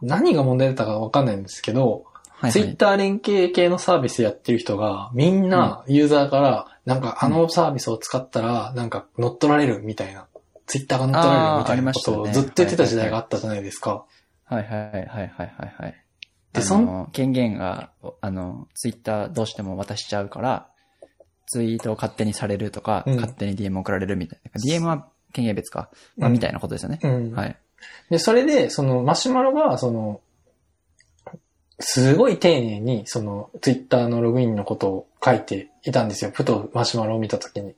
何が問題だったかわかんないんですけど、はい、ツイはッい。ター連携系のサービスやってる人が、みんなユーザーから、なんかあのサービスを使ったら、なんか乗っ取られるみたいな、ツイッターが乗っ取られるみあーあたいりなまこしたとよをねずっと言ってた時代があったじゃないですか。はいはいはいはいはいはい。でで、そそんの、権限が、あの、ツイッターどうしても渡しちゃうから、ツイートを勝手にされるとか、うん勝手に DM 送られるみたいな。DM は権限別か。まあ、うんみたいなことですよね。うんはい。で、それで、その、マシュマロが、その、すごい丁寧に、その、ツイッターのログインのことを書いていたんですよ。ふとマシュマロを見たときに。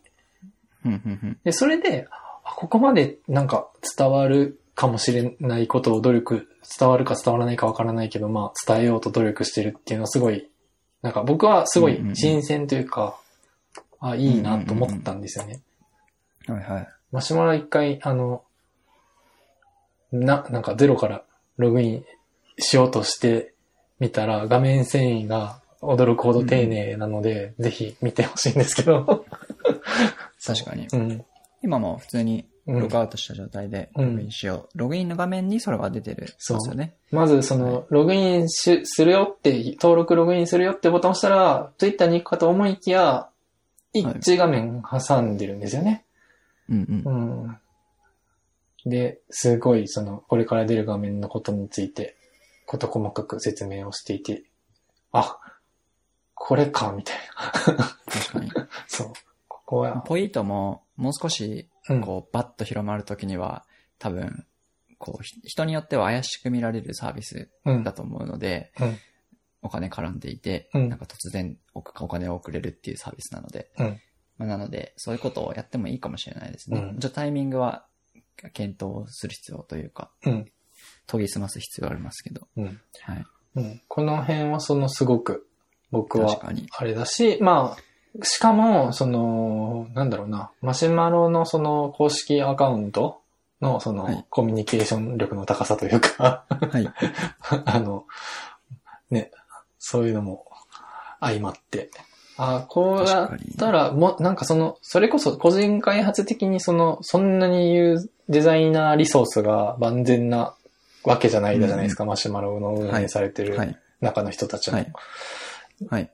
うんうんうんで、それで、あここまでなんか伝わるかもしれないことを努力、伝わるか伝わらないかわからないけど、まあ、伝えようと努力してるっていうのはすごい、なんか僕はすごい新鮮というか、あ、いいなと思ったんですよね。はいはい。マシュマロは一回、あの、な、なんかゼロからログインしようとしてみたら、画面遷移が驚くほど丁寧なので、ぜひ見てほしいんですけ ど。確かに。うん。今も普通にうロんグアウトした状態でうロんグインしよう。ログインの画面にそれが出てるんですよね。まず、そはの、ログインしするよって、登録ログインするよってボタンを押したら、Twitter に行くかと思いきや、一画面挟んでるんですよね。うんうん。うん。で、すごい、その、これから出る画面のことについて、こと細かく説明をしていて、あ、これか、みたい確かに。な。そう。ここは、ポイントも、もう少し、うんこう、バッと広まるときには、多分、こう、ひ人によっては怪しく見られるサービスうんだ。と思うので、うんお金絡んでいて、うんなんか突然おお金を送れるっていうサービスなので、うんまあなので、そういうことをやってもいいかもしれないですね。うんちょっとタイミングは検討する必要というか、うん研ぎ澄ます必要がありますけど、うん。はい。うん。この辺は、その、すごく、僕は確、かに。あれだし、まあ、しかも、その、なんだろうな、マシュマロのその公式アカウントのその、はいコミュニケーション力の高さというか、はい。 あの、ね、そういうのも相まって。あこうやったら、も、なんかその、それこそ個人開発的にその、そんなに言うデザイナーリソースが万全なわけじゃないじゃないですか、マシュマロの運営されてはるい。中の人たちの。はい。はい。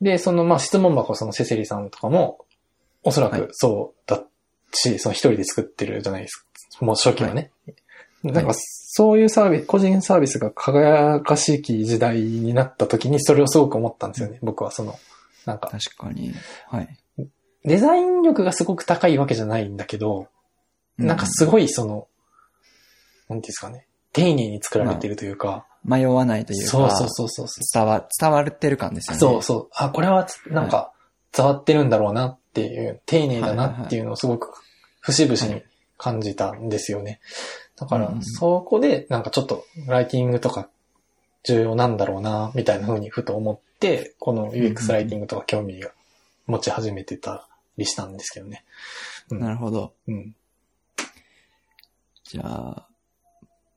で、その、まあ、質問箱、そのセセリさんとかも、おそらはいくそうだし、その一人で作ってるじゃないですか。もう初期はね。なんはか、いそういうサービス、個人サービスが輝かしき時代になった時に、それをすごく思ったんですよね。僕はその、なんか、確かに。はい。デザイン力がすごく高いわけじゃないんだけど、なんかすい。ごいその、なんていうんですかね、丁寧に作られてるというか、迷わないというか、そうそうそうそうそう。伝わ、伝わってる感ですよね。そうそう。あ、これはつ、なんか、伝わってるんだろうなっていう、丁寧だなっていうのをすごく、節々に感じたんですよね。だかうらんう、んそこで、なんかちょっと、ライティングとか、重要なんだろうな、みたいな風にふと思って、この UX ライティングとか興味が持ち始めてたりしたんですけどね。うんなるほど。うん。じゃあ、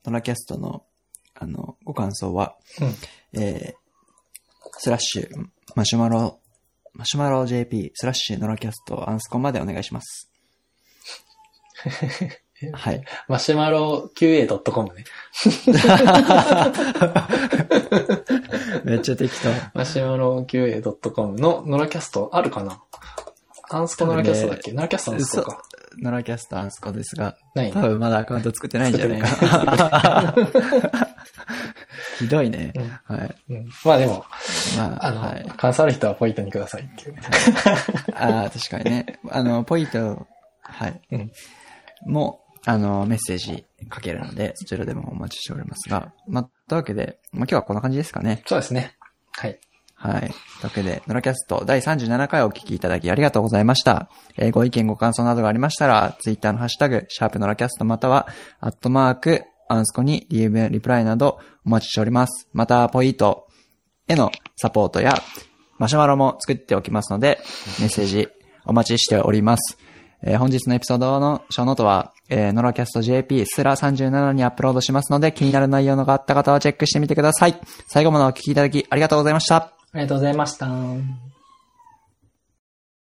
トラキャストの、あの、ご感想は、えー、スラッシュ、マシュマロ、マシュマロ JP、スラッシュ、ノラキャスト、アンスコまでお願いします。はい。マシュマロ QA.com ね。めっちゃ適当。マシュマロ QA.com のノラキャストあるかなアンスコノラキャストだっけノラキャストアンスコか。ノラキャスト、アンスコですが、ない多分まだアカウント作ってないんじゃないか。 ひどいね。はい。うんまあでも、まあ、あの、はい。関西の人はポイントにくださいっていうね。ああ、確かにね。あの、ポイント、はい。うんもう、あの、メッセージかけるので、そちらでもお待ちしておりますが。まあ、というわけで、まあ、今日はこんな感じですかね。そうですね。はい。はい。というわけで、ノラキャスト第37回をお聞きいただきありがとうございました。えーご意見、ご感想などがありましたら、ツイッターのハッシュタグ、シャープノラキャストまたは、アットマーク、アンスコに DM やリプライなどお待ちしております。また、ポイントへのサポートや、マシュマロも作っておきますので、メッセージお待ちしております。えー本日のエピソードのショーノートは、えー、ノラキャスト JP すら37にアップロードしますので、気になる内容のがあった方はチェックしてみてください。最後までお聞きいただきありがとうございました。ありがとうございました。